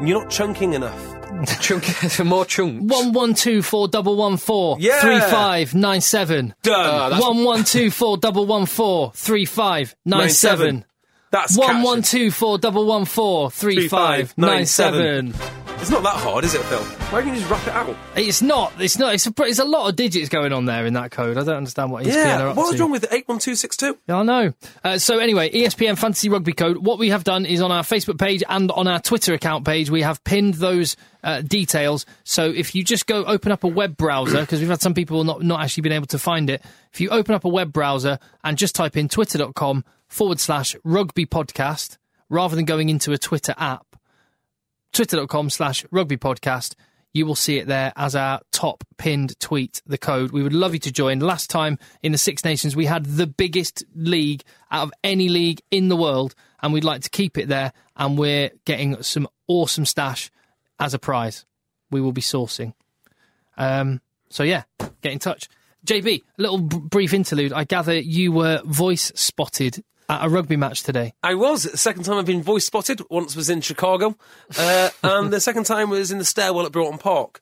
Speaker 2: You're not chunking enough.
Speaker 4: [LAUGHS] Chunk more chunks.
Speaker 1: One one two four double one four
Speaker 2: Yeah.
Speaker 1: three five nine seven.
Speaker 2: Done.
Speaker 4: Uh, that's-
Speaker 1: One one two four double one four three five nine
Speaker 2: Nine
Speaker 1: seven.
Speaker 2: seven. That's
Speaker 1: One
Speaker 2: catchy.
Speaker 1: one two four double one four three
Speaker 2: Three
Speaker 1: five
Speaker 2: five
Speaker 1: nine
Speaker 2: nine seven.
Speaker 1: seven.
Speaker 2: It's not that hard, is it, Phil? Why don't you just wrap it out?
Speaker 1: It's not. It's not. It's a. pr- It's a lot of digits going on there in that code. I don't understand what E ESPN are
Speaker 2: Yeah.
Speaker 1: up
Speaker 2: What was
Speaker 1: to.
Speaker 2: wrong with eight one two six two?
Speaker 1: I know. Uh, so anyway, ESPN Fantasy Rugby Code. What we have done is on our Facebook page and on our Twitter account page, we have pinned those uh, details. So if you just go open up a web browser, because we've had some people not not actually been able to find it. If you open up a web browser and just type in twitter.com forward slash rugby podcast, rather than going into a Twitter app, twitter.com slash rugby podcast. You will see it there as our top pinned tweet, the code. We would love you to join. Last time in the Six Nations, we had the biggest league out of any league in the world, and we'd like to keep it there. And we're getting some awesome stash as a prize. We will be sourcing. Um, so, yeah, get in touch. JB, a little b- brief interlude. I gather you were voice spotted at a rugby match today.
Speaker 2: I was. The second time I've been voice spotted. Once was in Chicago, uh, and the second time was in the stairwell at Broughton Park.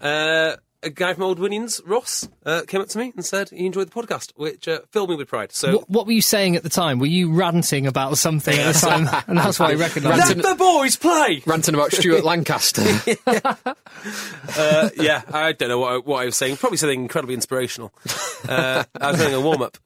Speaker 2: Uh, a guy from Old Williams, Ross, uh, came up to me and said he enjoyed the podcast, which uh, filled me with pride. So
Speaker 1: What, what were you saying at the time? Were you ranting about something at the time? and that's why I recognised
Speaker 2: let
Speaker 1: it.
Speaker 4: Ranting-
Speaker 2: the boys play.
Speaker 4: Ranting about
Speaker 1: [LAUGHS]
Speaker 4: Stuart Lancaster.
Speaker 2: Uh, yeah, I don't know what I, what I was saying. Probably something incredibly inspirational. Uh, I was doing a warm up.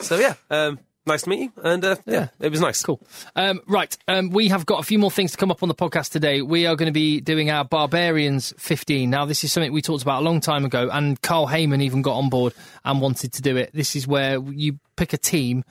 Speaker 2: So yeah, um, nice to meet you, and uh, yeah, it was nice.
Speaker 1: Cool. Um, right. Um, we have got a few more things to come up on the podcast today. We are going to be doing our Barbarians 15. Now, this is something we talked about a long time ago, and Carl Heyman even got on board and wanted to do it. This is where you pick a team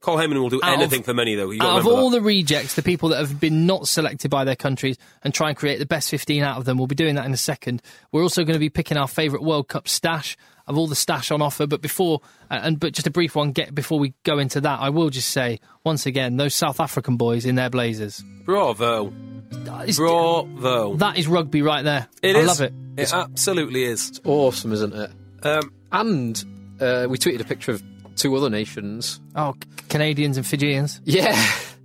Speaker 2: Cole Heyman will do
Speaker 1: Out of-
Speaker 2: anything for money, though. You got
Speaker 1: out of all the rejects, the people that have been not selected by their countries, and try and create the best 15 out of them. We'll be doing that in a second. We're also going to be picking our favourite World Cup stash of all the stash on offer. But before, uh, and but just a brief one get before we go into that, I will just say once again, those South African boys in their blazers.
Speaker 2: bravo,
Speaker 1: It's-
Speaker 2: bravo.
Speaker 1: that is rugby right there.
Speaker 2: It
Speaker 1: I
Speaker 2: is.
Speaker 1: love it.
Speaker 2: It absolutely is.
Speaker 4: awesome, isn't it?
Speaker 2: Um,
Speaker 4: And uh, we tweeted a picture of two other nations.
Speaker 1: Oh, C- Canadians and Fijians.
Speaker 4: Yeah.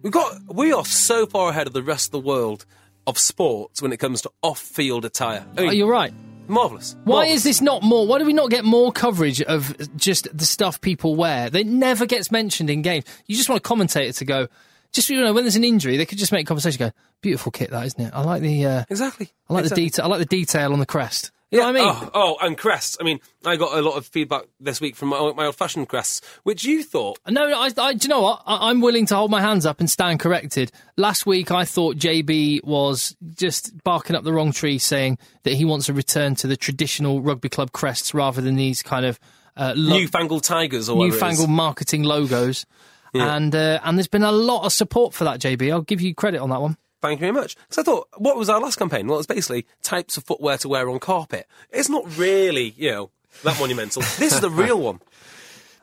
Speaker 2: We've got we are so far ahead of the rest of the world of sports when it comes to off-field attire. I
Speaker 1: Oh,
Speaker 2: mean,
Speaker 1: you're right.
Speaker 2: marvelous.
Speaker 1: Why is this not more? Why do we not get more coverage of just the stuff people wear? That never gets mentioned in games. You just want a commentator to go. Just you know, when there's an injury, they could just make conversation. Go, beautiful kit that, isn't it? I like the, uh,
Speaker 2: exactly?
Speaker 1: I like
Speaker 2: exactly.
Speaker 1: the detail. I like the detail on the crest. You know what I mean?
Speaker 2: [LAUGHS] Oh, oh, and crests. I mean, I got a lot of feedback this week from my, my old-fashioned crests, which you thought
Speaker 1: No, no, I, I, do you know what? I, I'm willing to hold my hands up and stand corrected. Last week, I thought JB was just barking up the wrong tree, saying that he wants a return to the traditional rugby club crests rather than these kind of uh, lo-
Speaker 2: newfangled tigers or whatever it is.
Speaker 1: newfangled marketing logos.
Speaker 2: [LAUGHS]
Speaker 1: And uh, and there's been a lot of support for that, JB. I'll give you credit on that one.
Speaker 2: Thank you very much. Because I thought, what was our last campaign? Well, it was basically types of footwear
Speaker 1: [LAUGHS]
Speaker 2: to wear on carpet. It's not really, you know, that monumental. This is the real one.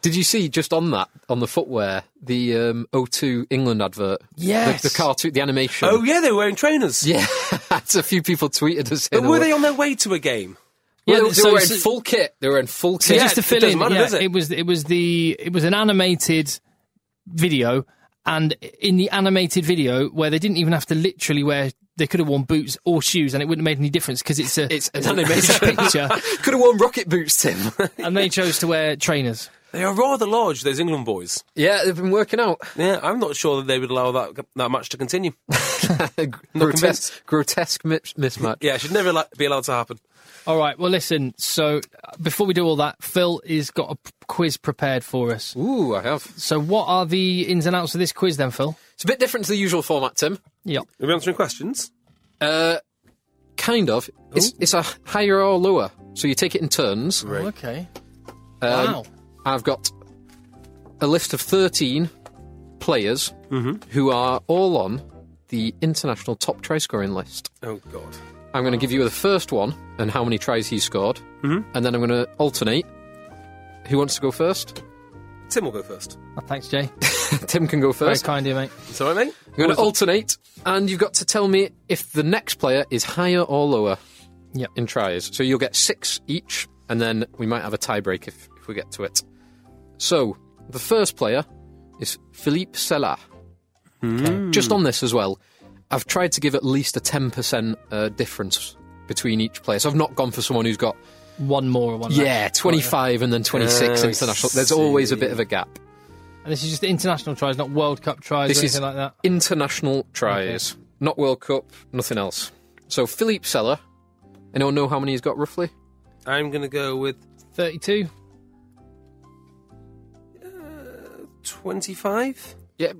Speaker 4: Did you see just on that on the footwear the um, 02 England advert?
Speaker 1: Yes.
Speaker 4: the, the cartoon, the animation.
Speaker 2: Oh yeah, they were wearing trainers.
Speaker 4: yeah. [LAUGHS] That's a few people tweeted us.
Speaker 2: But
Speaker 4: saying
Speaker 2: were they on their way to a game?
Speaker 4: Yeah, they, they
Speaker 1: so-
Speaker 4: were in
Speaker 1: so-
Speaker 4: full kit. They were in full
Speaker 1: So
Speaker 4: kit.
Speaker 2: Yeah,
Speaker 1: just to
Speaker 2: it
Speaker 1: fill
Speaker 2: doesn't
Speaker 1: in,
Speaker 2: matter,
Speaker 1: yeah,
Speaker 2: does it?
Speaker 1: it was it was the it was an animated video, and in the animated video where they didn't even have to literally wear, they could have worn boots or shoes, and it wouldn't have made any difference because [LAUGHS] it's a
Speaker 4: It's an
Speaker 1: a
Speaker 2: [LAUGHS]
Speaker 4: animated
Speaker 1: picture,
Speaker 4: Could have worn rocket boots, Tim.
Speaker 1: and they chose to wear trainers.
Speaker 2: They are rather large, those England boys.
Speaker 4: [LAUGHS] yeah, they've been working out. [LAUGHS]
Speaker 2: Yeah, I'm not sure that they would allow that that match to continue. convinced.
Speaker 4: grotesque, grotesque mi- mismatch.
Speaker 2: Yeah, it should never la- be allowed to happen.
Speaker 1: All right, well, listen. So uh, before we do all that, Phil is got a p- quiz prepared for us.
Speaker 4: Ooh, I have.
Speaker 1: So what are the ins and outs of this quiz then, Phil?
Speaker 4: It's a bit different to the usual format, Tim.
Speaker 1: Yep.
Speaker 2: Are we answering questions?
Speaker 4: Uh, kind of. It's, it's a higher or lower, so you take it in turns.
Speaker 1: Okay.
Speaker 4: Um,
Speaker 1: wow.
Speaker 4: I've got a list of 13 players who are all on the international top try scoring list.
Speaker 2: Oh God.
Speaker 4: I'm going to give you the first one and how many tries he scored, mm-hmm. and then I'm going to alternate. Who wants to go first? [LAUGHS]
Speaker 2: Tim will go first.
Speaker 1: Oh, thanks, Jay.
Speaker 4: Tim can go
Speaker 1: Very
Speaker 4: first.
Speaker 1: kind of you, mate.
Speaker 2: It's all right, mate.
Speaker 4: I'm going to alternate, and you've got to tell me if the next player is higher or lower
Speaker 1: Yep.
Speaker 4: in tries. So you'll get six each, and then we might have a tiebreak if, if we get to it. So the first player is Philippe Sella. Just on this as well, I've tried to give at least a 10% uh, difference between each player. So I've not gone for someone who's got,
Speaker 1: One more, and one less.
Speaker 4: yeah, 25 and then 26
Speaker 2: Oh, I
Speaker 4: international. There's always a bit of a gap.
Speaker 1: And this is just international tries, not World Cup tries
Speaker 4: This
Speaker 1: or
Speaker 4: is
Speaker 1: anything like that.
Speaker 4: international tries, not World Cup, nothing else. So Philippe Sella, anyone know how many he's got roughly?
Speaker 2: I'm going to go with
Speaker 1: 32.
Speaker 2: 25.
Speaker 4: Yeah,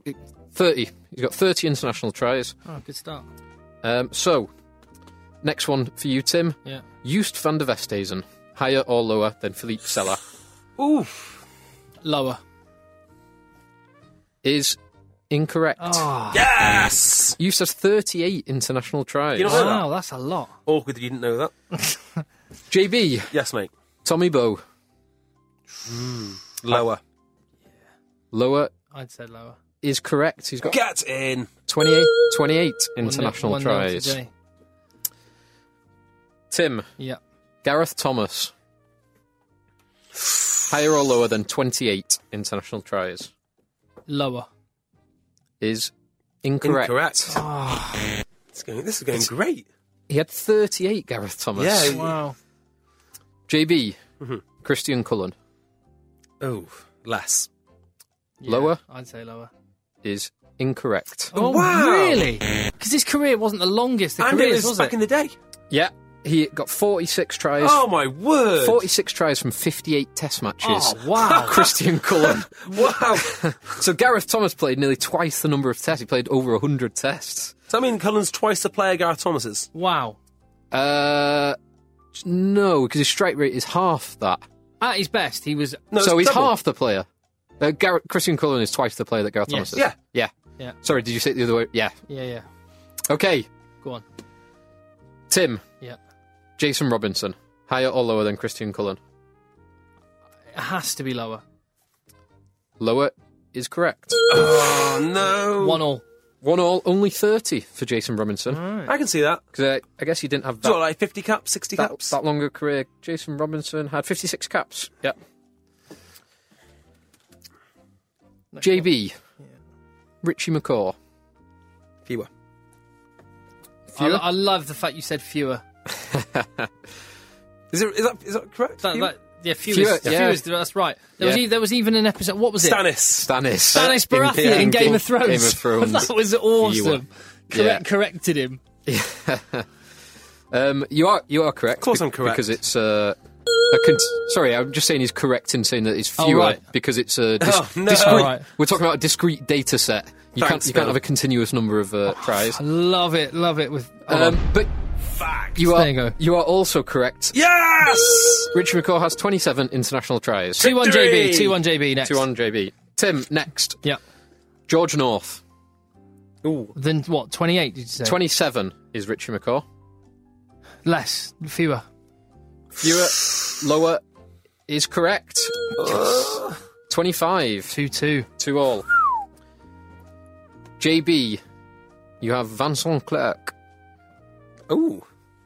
Speaker 4: 30. He's got 30 international tries.
Speaker 1: Oh, good start.
Speaker 4: Um, so, next one for you, Tim.
Speaker 1: Yeah.
Speaker 4: Joost van der Vesthuizen, higher or lower than Philippe Sella,
Speaker 2: Oof.
Speaker 1: Lower.
Speaker 4: is incorrect.
Speaker 1: Oh.
Speaker 2: Yes!
Speaker 4: Joost has 38 international tries.
Speaker 2: You know what?
Speaker 1: Wow, that's a lot.
Speaker 2: Awkward that you didn't know that.
Speaker 4: JB,
Speaker 2: Yes, mate.
Speaker 4: Tommy Bow,
Speaker 2: Lower.
Speaker 4: lower
Speaker 1: I'd say lower.
Speaker 4: is correct. He's got
Speaker 2: Get in.
Speaker 4: 28, 28
Speaker 1: One nil-
Speaker 4: international
Speaker 1: one nil to
Speaker 4: tries.
Speaker 1: Jay.
Speaker 4: Tim,
Speaker 1: Yeah.
Speaker 4: Gareth Thomas. Higher or lower than 28 international tries
Speaker 1: Lower.
Speaker 4: is incorrect.
Speaker 2: Incorrect. It's going, this is going great.
Speaker 4: He had 38, Gareth Thomas.
Speaker 2: Yeah.
Speaker 1: Wow.
Speaker 4: JB, Christian Cullen
Speaker 2: Oh, less.
Speaker 1: Yeah,
Speaker 4: Lower?
Speaker 1: I'd say lower.
Speaker 4: is incorrect.
Speaker 1: Oh,
Speaker 2: wow.
Speaker 1: really? Because his career wasn't the longest. The
Speaker 2: and it
Speaker 1: careers,
Speaker 2: was
Speaker 1: was
Speaker 2: back
Speaker 1: it?
Speaker 2: in the day.
Speaker 4: Yeah, he got 46 tries.
Speaker 2: Oh, my word.
Speaker 4: 46 tries from 58 test matches.
Speaker 1: Oh, wow.
Speaker 4: [LAUGHS] Christian Cullen.
Speaker 2: Wow.
Speaker 4: so Gareth Thomas played nearly twice the number of tests. He played over 100 tests.
Speaker 2: Does that mean Cullen's twice the player Gareth Thomas is?
Speaker 1: wow.
Speaker 4: Uh, no, because his strike rate is half that.
Speaker 1: At his best, he was.
Speaker 2: No,
Speaker 4: so
Speaker 2: it's
Speaker 4: he's
Speaker 2: double.
Speaker 4: half the player. Uh, Gareth, Christian Cullen is twice the player that Gareth
Speaker 1: Yes.
Speaker 4: Thomas is.
Speaker 2: Yeah.
Speaker 4: Yeah.
Speaker 1: Yeah.
Speaker 4: Sorry, did you say it the other way? Yeah.
Speaker 1: Yeah, yeah.
Speaker 4: Okay,
Speaker 1: Go on.
Speaker 4: Tim,
Speaker 1: Yeah.
Speaker 4: Jason Robinson, higher or lower than Christian Cullen?
Speaker 1: It has to be lower.
Speaker 4: Lower is correct.
Speaker 2: Oh, no.
Speaker 1: One all.
Speaker 4: One all, only 30 for Jason Robinson.
Speaker 1: Mm.
Speaker 2: I can see that.
Speaker 4: Because uh, I guess he didn't have
Speaker 2: It's what,
Speaker 4: that,
Speaker 2: like 50 caps, 60
Speaker 4: that,
Speaker 2: caps?
Speaker 4: that longer career. Jason Robinson had 56 caps. Yeah. JB, Richie McCaw.
Speaker 2: Fewer.
Speaker 1: I,
Speaker 4: Fewer?
Speaker 1: I love the fact you said fewer.
Speaker 2: Is, it, is, that, is that correct?
Speaker 1: That,
Speaker 2: Fewer?
Speaker 1: that, yeah, fewer.
Speaker 4: Fewer, yeah.
Speaker 1: Fewer is- that's right. There, was
Speaker 4: Yeah.
Speaker 1: e- there was even an episode. What was it?
Speaker 2: Stannis.
Speaker 4: Stannis.
Speaker 1: Stannis Baratheon in, Game, of Thrones. [LAUGHS]
Speaker 4: Game of Thrones.
Speaker 1: that was awesome. Correct,
Speaker 4: Yeah.
Speaker 1: Corrected him.
Speaker 4: Um, you are you are correct.
Speaker 2: Of course
Speaker 4: be-
Speaker 2: I'm correct.
Speaker 4: because it's uh, a con- sorry. I'm just saying he's correct in saying that it's
Speaker 1: Oh,
Speaker 4: fewer
Speaker 1: right.
Speaker 4: because it's a dis-
Speaker 2: Oh, [LAUGHS] no.
Speaker 4: discrete.
Speaker 2: All
Speaker 1: right.
Speaker 4: We're talking about a discrete data set. You can't
Speaker 2: Thanks,
Speaker 4: you can't
Speaker 2: Phil.
Speaker 4: have a continuous number of uh, tries.
Speaker 1: I love it. Love it. With hold
Speaker 4: Um,
Speaker 1: on.
Speaker 4: but you
Speaker 1: There
Speaker 4: are
Speaker 1: you go.
Speaker 4: are also correct.
Speaker 2: Yes!
Speaker 4: Richie McCaw has 27 international tries.
Speaker 1: Two one
Speaker 2: Victory!
Speaker 1: JB. Two one JB next.
Speaker 4: Two on JB. Tim next.
Speaker 1: Yeah.
Speaker 4: George North.
Speaker 2: Ooh.
Speaker 1: Then what? Twenty eight? Did you say?
Speaker 4: 27 is Richie McCaw.
Speaker 1: less. Fewer.
Speaker 2: Uh.
Speaker 4: Fewer, lower is correct. 25
Speaker 1: Two two.
Speaker 4: to all. JB, you have Vincent Clerc.
Speaker 2: Ooh.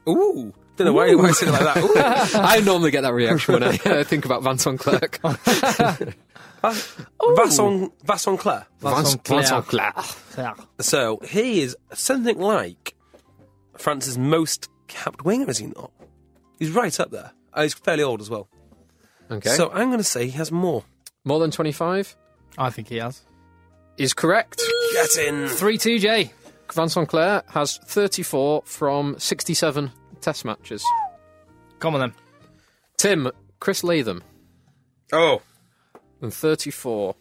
Speaker 2: Ooh. Don't know why, why I said it like that. Ooh.
Speaker 4: I normally get that reaction when I uh, think about Vincent Clerc.
Speaker 2: Vasson, Vasson Claire.
Speaker 1: Vincent Clerc.
Speaker 4: Clerc.
Speaker 2: So he is something like France's most capped winger, is he not? He's right up there. Uh, he's fairly old as well.
Speaker 4: Okay.
Speaker 2: So I'm going to say he has more.
Speaker 4: More than 25
Speaker 1: I think he has.
Speaker 4: is correct.
Speaker 2: Get in.
Speaker 1: Three two J.
Speaker 4: Vincent Clerc has 34 from 67 test matches.
Speaker 1: Come on then.
Speaker 4: Tim, Chris Latham,
Speaker 2: Oh.
Speaker 4: and 34.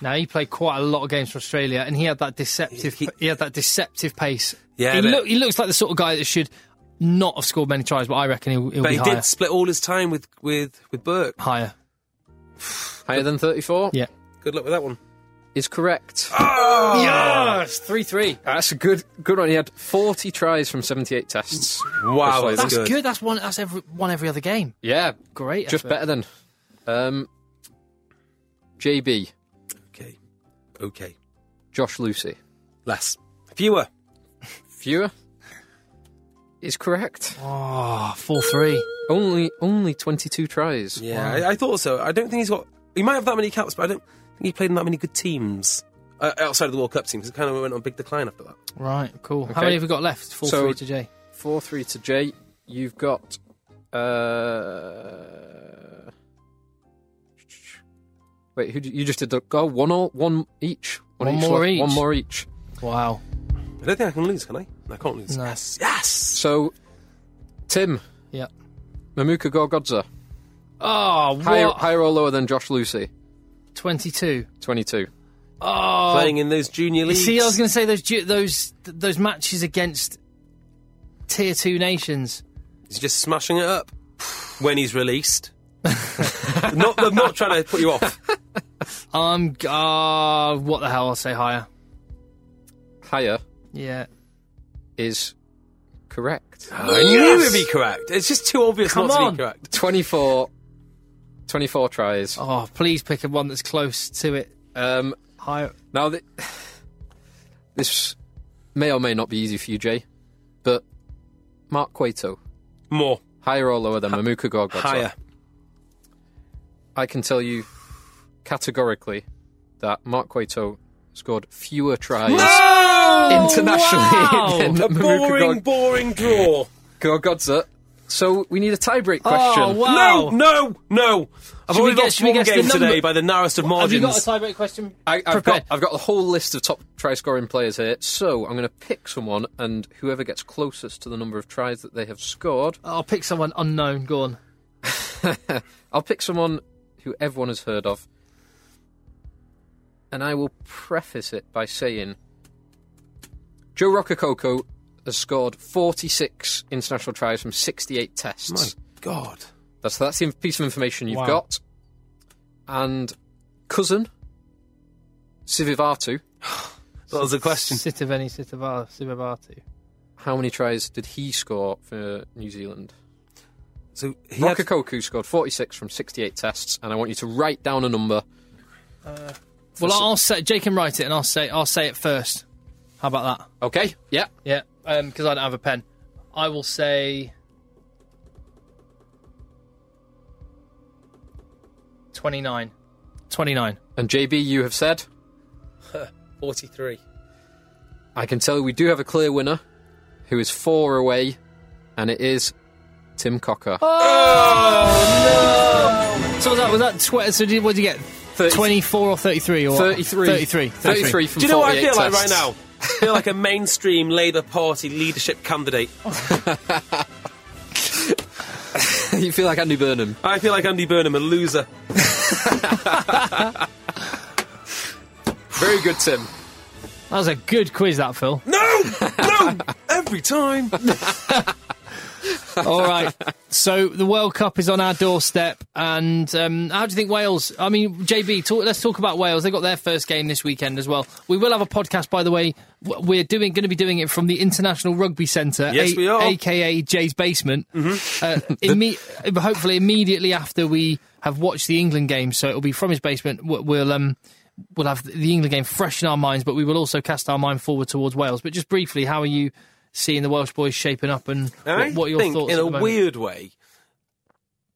Speaker 1: Now he played quite a lot of games for Australia, and he had that deceptive. He,
Speaker 2: He-
Speaker 1: had that deceptive pace.
Speaker 2: Yeah,
Speaker 1: he,
Speaker 2: but-
Speaker 1: look, he looks like the sort of guy that should not have scored many tries, but I reckon he'll, he'll
Speaker 2: But
Speaker 1: be
Speaker 2: he
Speaker 1: higher.
Speaker 2: did split all his time with, with, with Burke.
Speaker 1: Higher.
Speaker 4: Higher than 34
Speaker 1: Yeah.
Speaker 2: Good luck with that one.
Speaker 4: is correct.
Speaker 1: Yes, three three.
Speaker 4: Ah, That's a good good one. He had 40 tries from 78 tests.
Speaker 2: Wow, that's
Speaker 4: That's
Speaker 1: That's good.
Speaker 2: good.
Speaker 1: That's one. That's every one every other game.
Speaker 4: Yeah,
Speaker 1: Great.
Speaker 4: just
Speaker 1: effort.
Speaker 4: better than. Um, JB,
Speaker 2: Okay. Okay.
Speaker 4: Josh Lucy.
Speaker 2: Less. Fewer.
Speaker 4: Fewer is correct.
Speaker 1: Oh, four three.
Speaker 4: Only only 22 tries.
Speaker 2: Yeah, I, I thought so. I don't think he's got. He might have that many caps, but I don't think he played in that many good teams uh, outside of the World Cup teams. It kind of went on a big decline after that.
Speaker 1: Right. Cool. How
Speaker 4: Okay.
Speaker 1: many have we got left? Four
Speaker 4: So-
Speaker 1: three to J.
Speaker 4: 4 3 to J. You've got. Uh, wait, who did, you just did the. Oh, one, all, one each.
Speaker 1: One more
Speaker 4: left- One
Speaker 1: each.
Speaker 4: more each.
Speaker 1: Wow.
Speaker 2: I don't think I can lose, can I? I can't lose.
Speaker 1: Nice.
Speaker 2: Yes.
Speaker 4: So, Tim,
Speaker 1: Yeah.
Speaker 4: Mamuka Gorgodza.
Speaker 1: Oh,
Speaker 4: Higher,
Speaker 1: what?
Speaker 4: higher or lower than Josh Lucy?
Speaker 1: Twenty two.
Speaker 4: 22.
Speaker 1: Oh,
Speaker 2: Playing in those junior
Speaker 1: You
Speaker 2: leagues.
Speaker 1: see, I was going to say those ju- those th- those matches against tier two nations.
Speaker 2: He's just smashing it up when he's [LAUGHS] released. not, I'm not trying to put you off.
Speaker 1: I'm g- uh, what the hell? I'll say higher.
Speaker 4: Higher
Speaker 1: Yeah.
Speaker 4: is correct.
Speaker 2: [LAUGHS] I knew it'd be correct. It's just too obvious
Speaker 1: Come
Speaker 2: not
Speaker 1: on.
Speaker 2: to be correct.
Speaker 4: 24, 24 tries.
Speaker 1: Oh, please pick a one that's close to it.
Speaker 4: Um,
Speaker 1: Higher.
Speaker 4: now, th- [SIGHS] this may or may not be easy for you, Jay, but Mark Cueto,
Speaker 2: More
Speaker 4: higher or lower than Mamuka Gorgodza?
Speaker 2: higher.
Speaker 4: I can tell you categorically that Mark Cueto scored fewer
Speaker 2: [LAUGHS]
Speaker 4: tries internationally
Speaker 1: wow!
Speaker 4: than
Speaker 2: A boring,
Speaker 4: Mamuka
Speaker 2: boring draw.
Speaker 4: Gor- Gorgodza. So we need a tiebreak question.
Speaker 1: Oh wow!
Speaker 2: No, no, no. I've
Speaker 1: Should we
Speaker 2: only
Speaker 1: guess-
Speaker 2: lost
Speaker 1: should we
Speaker 2: one game
Speaker 1: guess the number?
Speaker 2: today by the narrowest of
Speaker 1: Have
Speaker 2: margins.
Speaker 1: you got a tiebreak question?
Speaker 4: I, I've
Speaker 1: Prepared.
Speaker 4: got I've got a whole list of top try scoring players here, so I'm going to pick someone, and whoever gets closest to the number of tries that they have scored,
Speaker 1: I'll pick someone unknown. Go on.
Speaker 4: I'll pick someone who everyone has heard of, and I will preface it by saying, Joe Rocococo has scored 46 international tries from 68 tests.
Speaker 2: My God.
Speaker 4: That's that's the piece of information you've
Speaker 1: Wow.
Speaker 4: got, and cousin Sivivatu.
Speaker 2: That was a question.
Speaker 1: Sitaveni Sitavar Sivavatu.
Speaker 4: how many tries did he score for New Zealand?
Speaker 2: So he had,
Speaker 4: Rokakoku scored 46 from 68 tests, and I want you to write down a number.
Speaker 1: Well, I'll say Jake can write it, and I'll say I'll say it first. How about that?
Speaker 4: Okay, yeah.
Speaker 1: Yeah, because I don't have a pen. I will say twenty nine. Twenty nine.
Speaker 4: And JB, you have said,
Speaker 2: 43.
Speaker 4: I can tell we do have a clear winner who is four away, and it is Tim Cocker.
Speaker 2: Oh!
Speaker 1: So was that was that tw- so did, what did you get? Twenty four or thirty three or
Speaker 4: 33.
Speaker 1: 33,
Speaker 4: 33 from
Speaker 2: Do you know what I
Speaker 4: 48
Speaker 2: feel like right
Speaker 4: tests.
Speaker 2: now? I feel like a mainstream Labour Party leadership candidate.
Speaker 4: [LAUGHS] you feel like Andy Burnham.
Speaker 2: I feel like Andy Burnham, a loser.
Speaker 4: [LAUGHS] Very good, Tim.
Speaker 1: That was a good quiz, that Phil.
Speaker 2: No! No! Every time!
Speaker 1: All right. So the World Cup is on our doorstep, and um, how do you think Wales? I mean, JB, talk, let's talk about Wales. They got their first game this weekend as well. We will have a podcast, by the way. W- We're doing going to be doing it from the International Rugby Centre,
Speaker 2: Yes, we are. Mm-hmm.
Speaker 1: aka Jay's basement. Uh, imme- hopefully, immediately after we have watched the England game, so it'll be from his basement. W- We'll um, we'll have the England game fresh in our minds, but we will also cast our mind forward towards Wales. But just briefly, how are you? Seeing the Welsh boys shaping up and
Speaker 2: I
Speaker 1: what, what are your
Speaker 2: think
Speaker 1: thoughts?
Speaker 2: in
Speaker 1: at
Speaker 2: a
Speaker 1: the moment?
Speaker 2: weird way,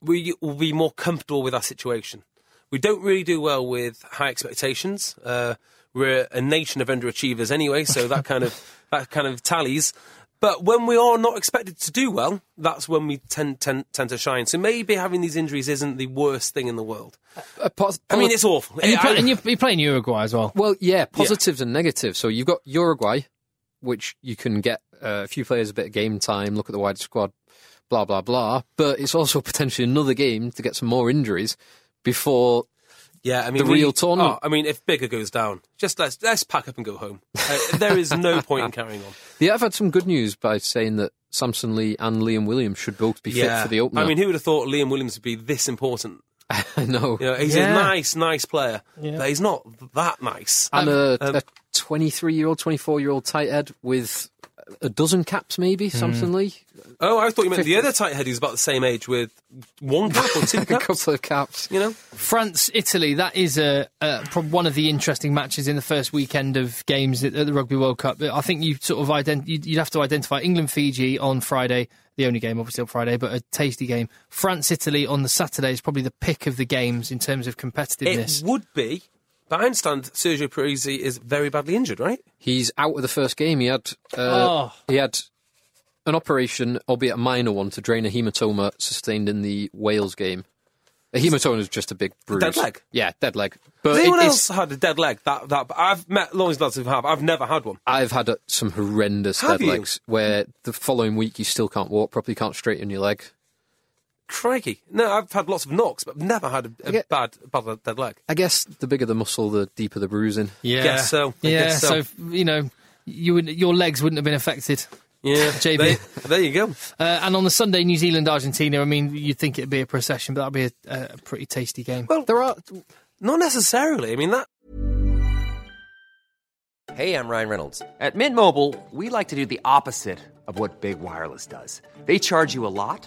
Speaker 2: we will be more comfortable with our situation. We don't really do well with high expectations. Uh, we're a nation of underachievers anyway, so that kind of
Speaker 1: [LAUGHS]
Speaker 2: that kind of tallies. But when we are not expected to do well, that's when we tend, tend tend to shine. So maybe having these injuries isn't the worst thing in the world.
Speaker 4: A pos-
Speaker 2: I mean, it's awful.
Speaker 1: And, you
Speaker 2: I-
Speaker 1: play, and you're, you're playing Uruguay as well.
Speaker 4: Well, yeah, positives and negatives. So you've got Uruguay, which you can get uh, a few players a bit of game time, look at the wide squad, blah, blah, blah. But it's also [LAUGHS] potentially another game to get some more injuries before.
Speaker 2: Yeah, I mean
Speaker 4: the
Speaker 2: we-
Speaker 4: real tournament.
Speaker 2: oh, I mean, if Bigger goes down, just let's let's pack up and go home. Uh, there
Speaker 1: [LAUGHS]
Speaker 2: is no point in carrying on.
Speaker 4: Yeah, I've had some good news by saying that Samson Lee and Liam Williams should both be fit for the opener.
Speaker 2: I mean, who would have thought Liam Williams would be this important?
Speaker 4: [LAUGHS] I know.
Speaker 2: You know, he's
Speaker 1: Yeah.
Speaker 2: a nice, nice player, but he's not that nice.
Speaker 4: and uh, a,
Speaker 2: um,
Speaker 4: a 23 year old, 24 year old tight head with a dozen caps,
Speaker 2: Hmm.
Speaker 4: maybe, Samson Lee.
Speaker 2: oh, I thought you meant the other tight head who's about the same age with one cap
Speaker 4: [LAUGHS]
Speaker 2: or two
Speaker 4: A
Speaker 2: caps.
Speaker 4: couple of caps.
Speaker 2: You know,
Speaker 1: France, Italy, that is a, a prob- one of the interesting matches in the first weekend of games at, at the Rugby World Cup. I think you sort of ident- you'd, you'd have to identify England Fiji on Friday, the only game obviously on Friday, but a tasty game. France Italy on the Saturday is probably the pick of the games in terms of competitiveness.
Speaker 2: it would be. But I understand Sergio Parisi is very badly injured, right?
Speaker 4: He's out of the first game. He had uh,
Speaker 1: Oh.
Speaker 4: he had an operation, albeit a minor one, to drain a hematoma sustained in the Wales game. A hematoma is just a big bruise.
Speaker 2: Dead leg?
Speaker 4: Yeah, dead leg.
Speaker 2: Has
Speaker 4: But Uh, it-
Speaker 2: anyone
Speaker 4: it's-
Speaker 2: else had a dead leg? That that but I've met loads of lads who have. I've never had one.
Speaker 4: I've had uh, some horrendous
Speaker 2: Have
Speaker 4: dead
Speaker 2: you?
Speaker 4: legs where the following week you still can't walk properly, can't straighten your leg.
Speaker 2: Crikey! No, I've had lots of knocks, but I've never had a, a
Speaker 4: Okay.
Speaker 2: bad, bad dead leg.
Speaker 4: I guess the bigger the muscle, the deeper the bruising.
Speaker 1: yeah,
Speaker 2: guess so. I
Speaker 1: yeah,
Speaker 2: guess so.
Speaker 1: you know, you would, your legs wouldn't have been affected.
Speaker 4: [LAUGHS]
Speaker 2: Yeah,
Speaker 1: JB.
Speaker 2: There, there you go.
Speaker 1: Uh, and on the Sunday, New Zealand Argentina. I mean, you'd think it'd be a procession, but that'd be a, a pretty tasty game.
Speaker 2: Well, there are not necessarily. I mean that
Speaker 5: Hey, I'm Ryan Reynolds. At Mint Mobile, we like to do the opposite of what Big Wireless does. They charge you a lot,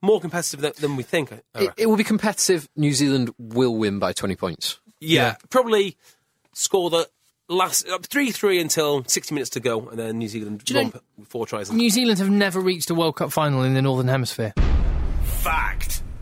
Speaker 2: more competitive than, than we think. I- I
Speaker 4: It,
Speaker 2: reckon.
Speaker 4: it will be competitive. New Zealand will win by 20 points.
Speaker 2: yeah, probably score the last uh, three three until sixty minutes to go, and then New Zealand
Speaker 1: you know-
Speaker 2: romp with four tries.
Speaker 1: New Zealand have never reached a World Cup final in the Northern Hemisphere.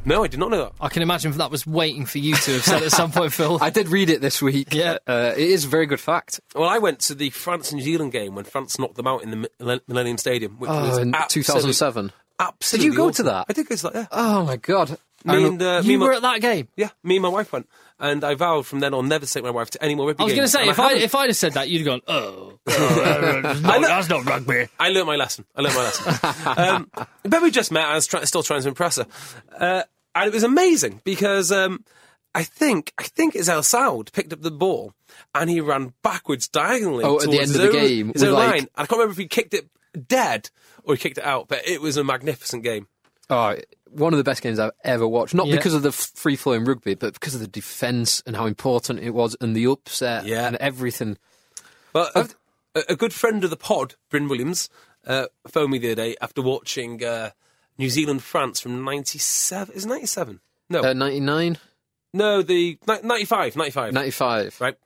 Speaker 2: no, I did not know that.
Speaker 1: I can imagine that was waiting for you to have said at some point,
Speaker 2: [LAUGHS] Oh.
Speaker 1: Phil.
Speaker 4: I did read it this week.
Speaker 1: Yeah.
Speaker 4: Uh, it is a very good fact.
Speaker 2: Well, I went to the France New Zealand game when France knocked them out in the Mil- Millennium Stadium, which
Speaker 4: Oh,
Speaker 2: was
Speaker 4: in
Speaker 2: absolute-
Speaker 4: 2007.
Speaker 2: Absolutely,
Speaker 4: Did you go
Speaker 2: awesome.
Speaker 4: to that?
Speaker 2: I did go to that. Yeah,
Speaker 4: Oh my god! I
Speaker 2: me
Speaker 4: remember-
Speaker 2: and, uh, me
Speaker 1: you
Speaker 2: and my,
Speaker 1: were at [LAUGHS] that game.
Speaker 2: yeah, me and my wife went, and I vowed from then on never to take my wife to any more rugby
Speaker 1: I was going to
Speaker 2: games,
Speaker 1: say,
Speaker 2: and
Speaker 1: if I,
Speaker 2: haven't.
Speaker 1: if I'd have said that, you'd have gone, oh,
Speaker 2: [LAUGHS]
Speaker 1: oh, that's not- that's not rugby.
Speaker 2: I learnt my lesson. I learnt my lesson. um, but we just met. I was try- still trying to impress her, uh, and it was amazing because um, I think I think it's El Saud picked up the ball and he ran backwards diagonally.
Speaker 4: Oh, at the
Speaker 2: towards
Speaker 4: end
Speaker 2: his
Speaker 4: of the
Speaker 2: own-
Speaker 4: game,
Speaker 2: his own
Speaker 4: with, like-
Speaker 2: line. And I can't remember if he kicked it dead or he kicked it out, but it was a magnificent game.
Speaker 4: Oh, one of the best games I've ever watched. Not
Speaker 1: Yeah.
Speaker 4: because of the free flowing rugby, but because of the defence and how important it was, and the upset
Speaker 2: Yeah.
Speaker 4: and everything.
Speaker 2: But a, a good friend of the pod, Bryn Williams, uh, phoned me the other day after watching uh, New Zealand France from '97. Is '97?
Speaker 1: Oh.
Speaker 2: No,
Speaker 4: Uh, 99?
Speaker 2: no, the ni- 95, 95.
Speaker 4: 95.
Speaker 2: right?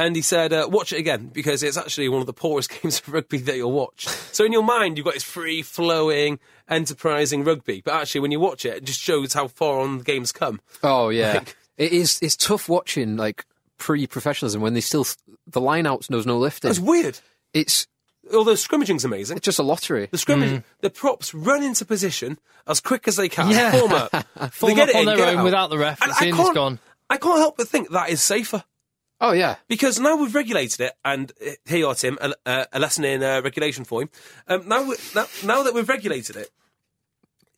Speaker 2: And he said, uh, watch it again because it's actually one of the poorest [LAUGHS] games of rugby that you'll watch. so in your mind, you've got this free flowing, enterprising rugby, but actually when you watch it, it just shows how far on the game's come.
Speaker 4: Oh, yeah.
Speaker 2: Like-
Speaker 4: it is, it's tough watching, like, pre professionalism when they still, the line outs knows no lifting.
Speaker 2: That's weird.
Speaker 4: It's
Speaker 2: Although scrimmaging's amazing.
Speaker 4: it's just a lottery.
Speaker 1: Hmm.
Speaker 2: The scrimmage, the props run into position as quick as they can.
Speaker 1: Yeah. [LAUGHS]
Speaker 2: Form up.
Speaker 1: Form
Speaker 2: they
Speaker 1: up
Speaker 2: get it
Speaker 1: on
Speaker 2: in,
Speaker 1: their
Speaker 2: get it
Speaker 1: own
Speaker 2: out.
Speaker 1: without the ref.
Speaker 2: And
Speaker 1: It's
Speaker 2: I
Speaker 1: in, it's
Speaker 2: can't-
Speaker 1: gone.
Speaker 2: I can't help but think that is safer.
Speaker 4: Oh, yeah.
Speaker 2: Because now we've regulated it, and uh, here you are, Tim, a, a- a lesson in uh, regulation for you. Um, now, we- now, now that we've regulated it,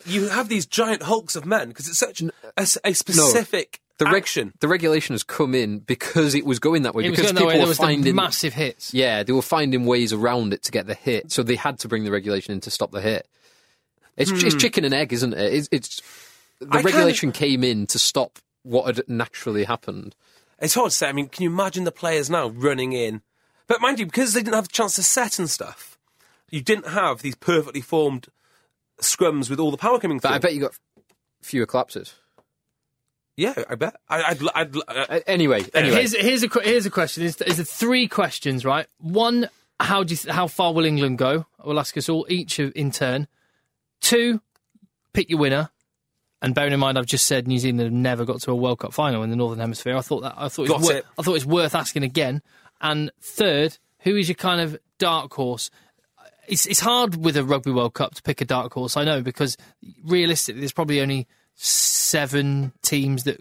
Speaker 2: you have these giant hulks of men because it's such a, s- a specific
Speaker 4: The, reg-
Speaker 2: action.
Speaker 4: the regulation has come in because it was going that way.
Speaker 1: It was
Speaker 4: because
Speaker 1: going that
Speaker 4: people
Speaker 1: way. There
Speaker 4: were
Speaker 1: was the
Speaker 4: finding
Speaker 1: massive hits.
Speaker 4: Yeah, they were finding ways around it to get the hit, so they had to bring the regulation in to stop the hit. It's, it's chicken and egg, isn't it? It's, it's the
Speaker 2: Hmm. I
Speaker 4: regulation came in to stop what had naturally happened.
Speaker 2: It's hard to say. I mean, can you imagine the players now running in? But mind you, because they didn't have the chance to set and stuff, you didn't have these perfectly formed scrums with all the power coming
Speaker 4: But
Speaker 2: through.
Speaker 4: I bet you got fewer collapses.
Speaker 2: Yeah, I bet. I, I'd, l- I'd, l- uh,
Speaker 4: A- Anyway, anyway,
Speaker 1: Here's here's a que- here's a question. Is is three questions right? One, how do you th- how far will England go? We'll ask us all each of- in turn. Two, pick your winner. And bearing in mind, I've just said New Zealand have never got to a World Cup final in the Northern Hemisphere. I thought that I thought
Speaker 2: Got
Speaker 1: it's wor-
Speaker 2: it.
Speaker 1: I thought it's worth asking again. And third, who is your kind of dark horse? It's it's hard with a Rugby World Cup to pick a dark horse. I know because realistically, there's probably only seven teams that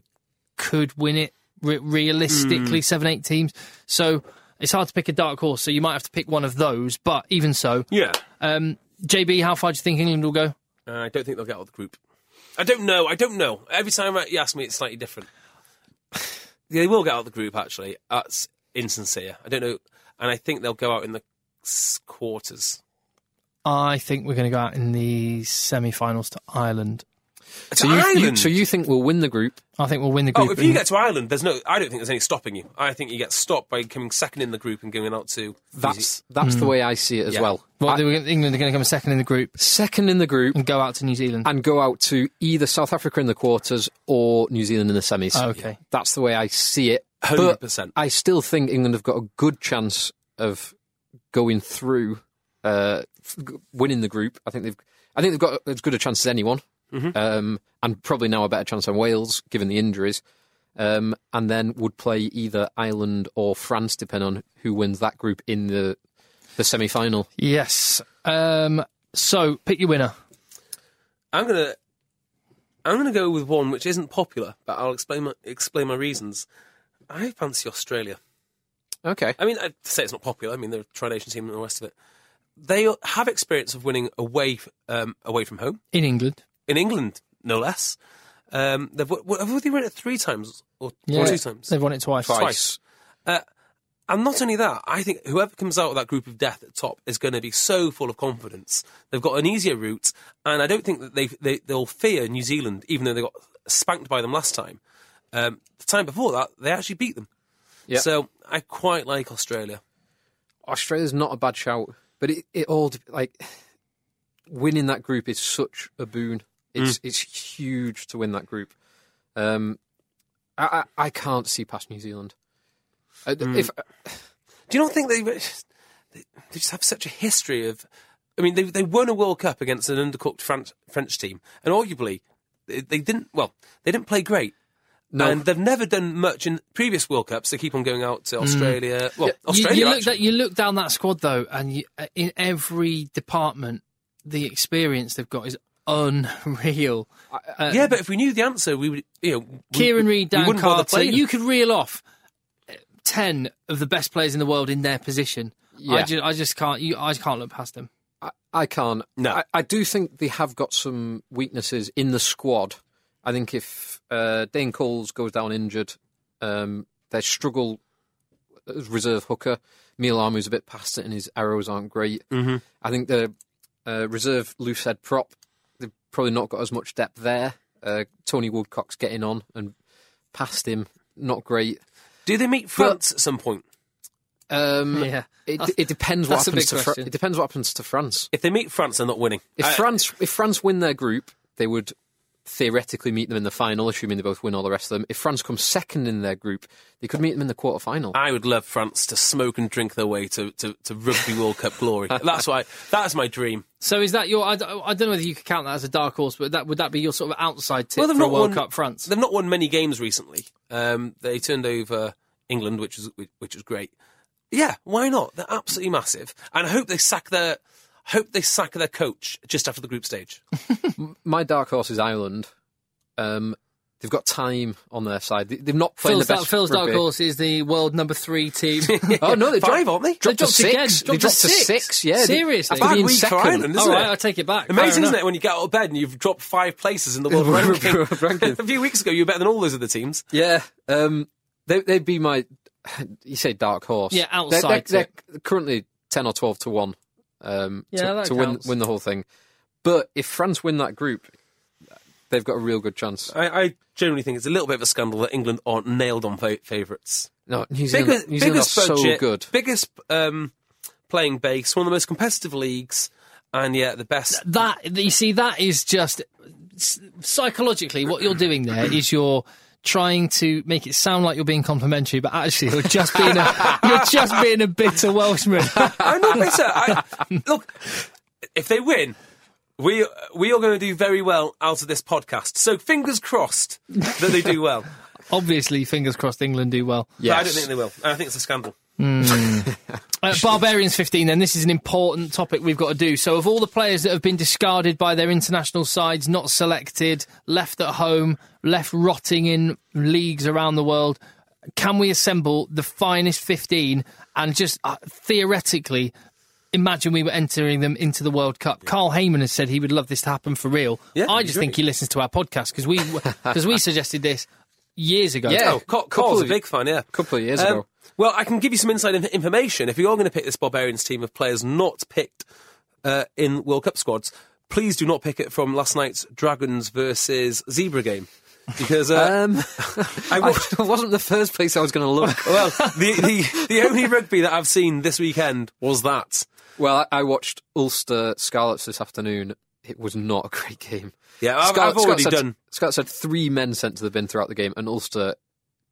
Speaker 1: could win it re-
Speaker 2: Hmm.
Speaker 1: realistically seven eight teams so it's hard to pick a dark horse so you might have to pick one of those but even so
Speaker 2: yeah.
Speaker 1: um, jb how far do you think england will go
Speaker 2: Uh, I don't think they'll get out of the group. I don't know. I don't know. Every time you ask me, it's slightly different. [SIGHS] they will get out of the group, actually. That's insincere. I don't know. And I think they'll go out in the s- quarters.
Speaker 1: i think we're going to go out in the semi-finals to ireland
Speaker 2: It's
Speaker 4: so you, you-
Speaker 2: Ireland.
Speaker 4: so you think we'll win the group?
Speaker 1: i think we'll win the group
Speaker 2: oh, if you
Speaker 1: and-
Speaker 2: get to Ireland, there's no. I don't think there's any stopping you. I think you get stopped by coming second in the group and going out to.
Speaker 4: That's that's the way I see it as
Speaker 2: Yeah.
Speaker 4: well.
Speaker 1: well,
Speaker 4: I-
Speaker 1: they were gonna- england are going to come second in the group
Speaker 4: second in the group
Speaker 1: and go out to new zealand
Speaker 4: and go out to either South Africa in the quarters or New Zealand in the semis.
Speaker 1: Okay.
Speaker 4: that's the way I see it. But
Speaker 2: 100%.
Speaker 4: I still think England have got a good chance of going through, uh, f- g- winning the group. I think they've, I think they've got as good a chance as anyone, um, and probably now a better chance than Wales given the injuries. Um, and then would play either Ireland or France, depending on who wins that group in the the semi final.
Speaker 1: yes um, so pick your winner
Speaker 2: I'm gonna. I'm gonna go with one which isn't popular, but I'll explain my explain my reasons. I fancy Australia.
Speaker 4: Okay.
Speaker 2: I mean, I say it's not popular. I mean, they're a tri-nation team and all the rest of it. They have experience of winning away f- um, away from home
Speaker 1: in england
Speaker 2: in England, no less. Um, they've w- w- have they won it three times or, or two times?
Speaker 1: they've won it twice
Speaker 2: Twice. Uh, and not only that, I think whoever comes out of that group of death at top is going to be so full of confidence. They've got an easier route, and I don't think that they, they they'll fear New Zealand, even though they got spanked by them last time. Um, the time before that, they actually beat them.
Speaker 4: Yeah.
Speaker 2: So I quite like Australia.
Speaker 4: Australia's not a bad shout, but it, it all dep- like winning that group is such a boon. It's it's huge to win that group. Um, I, I I can't see past New Zealand. Uh, If
Speaker 2: Do you not think they they they just have such a history of? I mean, they they won a World Cup against an undercooked French French team, and arguably they, they didn't. Well, they didn't play great.
Speaker 4: No.
Speaker 2: And they've never done much in previous World Cups. They keep on going out to Australia. Well,
Speaker 1: Mm. You-
Speaker 2: Australia.
Speaker 1: You, look,
Speaker 2: actually.
Speaker 1: that, you look down that squad though, and you, uh, in every department, the experience they've got is unreal. Uh,
Speaker 2: yeah, but if we knew the answer, we would. You know, we-
Speaker 1: Kieran
Speaker 2: we,
Speaker 1: Reid, Dan
Speaker 2: wouldn't bother
Speaker 1: Carter,
Speaker 2: playing
Speaker 1: you
Speaker 2: them.
Speaker 1: could reel off uh, ten of the best players in the world in their position. I,
Speaker 4: Yeah.
Speaker 1: just, I just can't. You, I can't look past them.
Speaker 4: I, I can't,
Speaker 2: No.
Speaker 4: I, I do think they have got some weaknesses in the squad. I think if uh, Dane Coles goes down injured, um, their struggle as reserve hooker, Neil Armu's a bit past it, and his arrows aren't great.
Speaker 1: Mm-hmm.
Speaker 4: I think the uh, reserve loose head prop, they've probably not got as much depth there. Uh, Tony Woodcock's getting on and past him, not great.
Speaker 2: Do they meet France at some point?
Speaker 4: Um,
Speaker 1: Yeah.
Speaker 4: it, it depends what
Speaker 1: [LAUGHS] That's a
Speaker 4: happens
Speaker 1: big
Speaker 4: to Fr-
Speaker 1: question.
Speaker 4: it depends what happens to France.
Speaker 2: If they meet France, they're not winning.
Speaker 4: If
Speaker 2: I-
Speaker 4: France if France win their group, they would theoretically meet them in the final, assuming they both win all the rest of them. If France comes second in their group, they could meet them in the quarterfinal.
Speaker 2: I would love France to smoke and drink their way to, to, to Rugby World
Speaker 1: [LAUGHS]
Speaker 2: Cup glory. That's why that's my dream.
Speaker 1: So is that your? I, d- I don't know whether you could count that as a dark horse, but that would that be your sort of outside tip
Speaker 2: they've
Speaker 1: for a
Speaker 2: not
Speaker 1: World
Speaker 2: won-
Speaker 1: Cup France?
Speaker 2: They've not won many games recently. Um, they turned over England, which was which was great. Yeah, why not? They're absolutely massive, and I hope they sack their hope they sack their coach just after the group
Speaker 4: [LAUGHS]
Speaker 2: stage.
Speaker 4: My dark horse is Ireland. Um, they've got time on their side. They, they've not played
Speaker 1: Phil's,
Speaker 4: the
Speaker 1: dark,
Speaker 4: best.
Speaker 1: Phil's dark
Speaker 4: rugby.
Speaker 1: horse is the world number three
Speaker 2: [LAUGHS]
Speaker 1: team.
Speaker 4: Oh no, they
Speaker 2: Five,
Speaker 4: dropped,
Speaker 2: aren't they?
Speaker 4: Dropped
Speaker 1: They
Speaker 4: to
Speaker 1: dropped
Speaker 4: six.
Speaker 1: again.
Speaker 4: They
Speaker 1: Dropped to
Speaker 4: dropped to
Speaker 1: six.
Speaker 4: six. Yeah, they-
Speaker 1: Seriously?
Speaker 4: After
Speaker 1: Bad
Speaker 4: being
Speaker 2: week for
Speaker 4: second,
Speaker 2: Ireland, isn't
Speaker 1: All right,
Speaker 2: it?
Speaker 1: I take it back.
Speaker 2: Amazing,
Speaker 1: Fair
Speaker 2: isn't
Speaker 1: enough.
Speaker 2: it, when you get out of bed and you've dropped five places in the
Speaker 4: [LAUGHS]
Speaker 2: world ranking?
Speaker 4: Ranking.
Speaker 2: [LAUGHS] a few weeks ago, you were better than all those other teams.
Speaker 4: Yeah, um, they, they'd be my. You say dark horse?
Speaker 1: Yeah,
Speaker 4: They're-
Speaker 1: outside
Speaker 4: They're, they're currently ten or twelve to one. Um,
Speaker 1: Yeah,
Speaker 4: to,
Speaker 1: that
Speaker 4: to win
Speaker 1: counts.
Speaker 4: win the whole thing. But if France win that group, they've got a real good chance.
Speaker 2: I, I generally think it's a little bit of a scandal that England aren't nailed on fa- favourites.
Speaker 4: No, New Zealand,
Speaker 2: Biggest,
Speaker 4: New Zealand are
Speaker 2: biggest
Speaker 4: so
Speaker 2: budget,
Speaker 4: good.
Speaker 2: biggest um, playing base, one of the most competitive leagues, and yet the best.
Speaker 1: that you see that is just psychologically what you're doing there is you're trying to make it sound like you're being complimentary but actually you're just being a you're just being a bitter welshman [LAUGHS]
Speaker 2: I'm not bitter. I, look, if they win, we we are going to do very well out of this podcast. So fingers crossed that they do
Speaker 4: [LAUGHS]
Speaker 2: well.
Speaker 1: obviously fingers crossed england do well
Speaker 2: But I don't think they will. I think it's a scandal.
Speaker 1: Uh, Barbarians 15, then this is an important topic we've got to do. So, of all the players that have been discarded by their international sides, not selected, left at home, left rotting in leagues around the world, can we assemble the finest 15 and just uh, theoretically imagine we were entering them into the World Cup? Carl Heyman has said he would love this to happen for real.
Speaker 2: Yeah,
Speaker 1: I
Speaker 2: it'd
Speaker 1: just
Speaker 2: be
Speaker 1: think he listens to our podcast because we, 'cause
Speaker 2: [LAUGHS]
Speaker 1: we suggested this years ago.
Speaker 4: Yeah.
Speaker 2: Oh, Cor-
Speaker 4: Eh, Couple
Speaker 2: Cor's a
Speaker 4: of-
Speaker 2: big fan, yeah. Um,
Speaker 4: couple of years ago.
Speaker 2: Well, I can give you some inside inf- information. If you're going to pick this Barbarians team of players not picked uh, in World Cup squads, please do not pick it from last night's Dragons versus Zebra game. Because
Speaker 1: [LAUGHS]
Speaker 2: uh,
Speaker 4: Um,
Speaker 2: I
Speaker 4: I [LAUGHS]
Speaker 2: watched.
Speaker 4: wasn't the first place I was going to look.
Speaker 2: well, [LAUGHS] the, the, the only rugby that I've seen this weekend was that.
Speaker 4: Well, I I watched Ulster Scarlets this afternoon. It was not a great game.
Speaker 2: Yeah, I've- I've already
Speaker 4: Scots had,
Speaker 2: done-
Speaker 4: Scots had three men sent to the bin throughout the game, and Ulster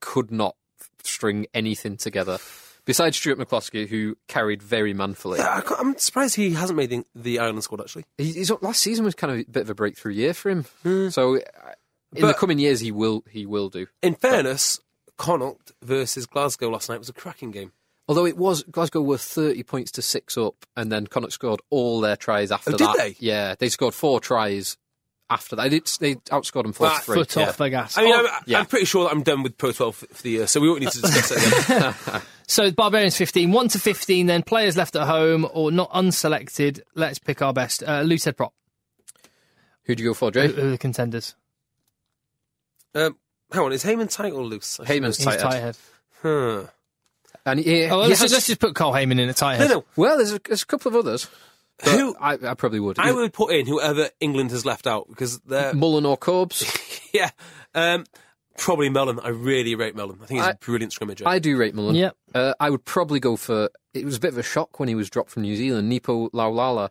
Speaker 4: could not string anything together. Besides Stuart McCloskey, who carried very manfully.
Speaker 2: I can't- I'm surprised he hasn't made the, the Ireland squad, actually.
Speaker 4: He- He's, last season was kind of a bit of a breakthrough year for him. So uh, in the
Speaker 2: Hmm. But-
Speaker 4: coming years, he will he will do.
Speaker 2: In fairness, Connacht versus Glasgow last night was a cracking game.
Speaker 4: Although it was Glasgow were thirty points to six up, and then Connacht scored all their tries after
Speaker 2: Oh, did
Speaker 4: that.
Speaker 2: they?
Speaker 4: Yeah, they scored four tries after that. They, they outscored them four
Speaker 2: Right,
Speaker 4: to three.
Speaker 1: Foot
Speaker 4: yeah.
Speaker 1: off the gas.
Speaker 2: I mean, I'm,
Speaker 4: yeah.
Speaker 2: I'm pretty sure that I'm done with Pro 12 for the year, so we won't need to discuss it again.
Speaker 4: [LAUGHS]
Speaker 1: So Barbarians 15, 1 to 15, then players left at home or not unselected. Let's pick our best. Uh, Lou said prop.
Speaker 4: Who do you go for,
Speaker 1: Who,
Speaker 4: Jay?
Speaker 1: who are the contenders?
Speaker 2: Um, hang on, is Heyman tight or loose? I should
Speaker 4: Heyman's
Speaker 2: know.
Speaker 1: He's
Speaker 4: Tighthead.
Speaker 1: Tighthead.
Speaker 2: Huh.
Speaker 4: And he,
Speaker 1: Oh, let's,
Speaker 4: he has-
Speaker 1: just, let's just put Carl Heyman in at tight
Speaker 2: No,
Speaker 1: head.
Speaker 2: no.
Speaker 4: well, there's a, there's a couple of others. but
Speaker 2: Who-
Speaker 4: I, I probably would.
Speaker 2: I would put in whoever England has left out because they're
Speaker 4: Mullen or Corbs.
Speaker 2: [LAUGHS] yeah, um, probably Mellon. I really rate Mellon. I think he's a
Speaker 4: I-
Speaker 2: brilliant scrimmager.
Speaker 4: I do rate Mullen.
Speaker 1: Yep.
Speaker 4: Uh, I would probably go for. It was a bit of a shock when he was dropped from New Zealand. Nipo Laulala,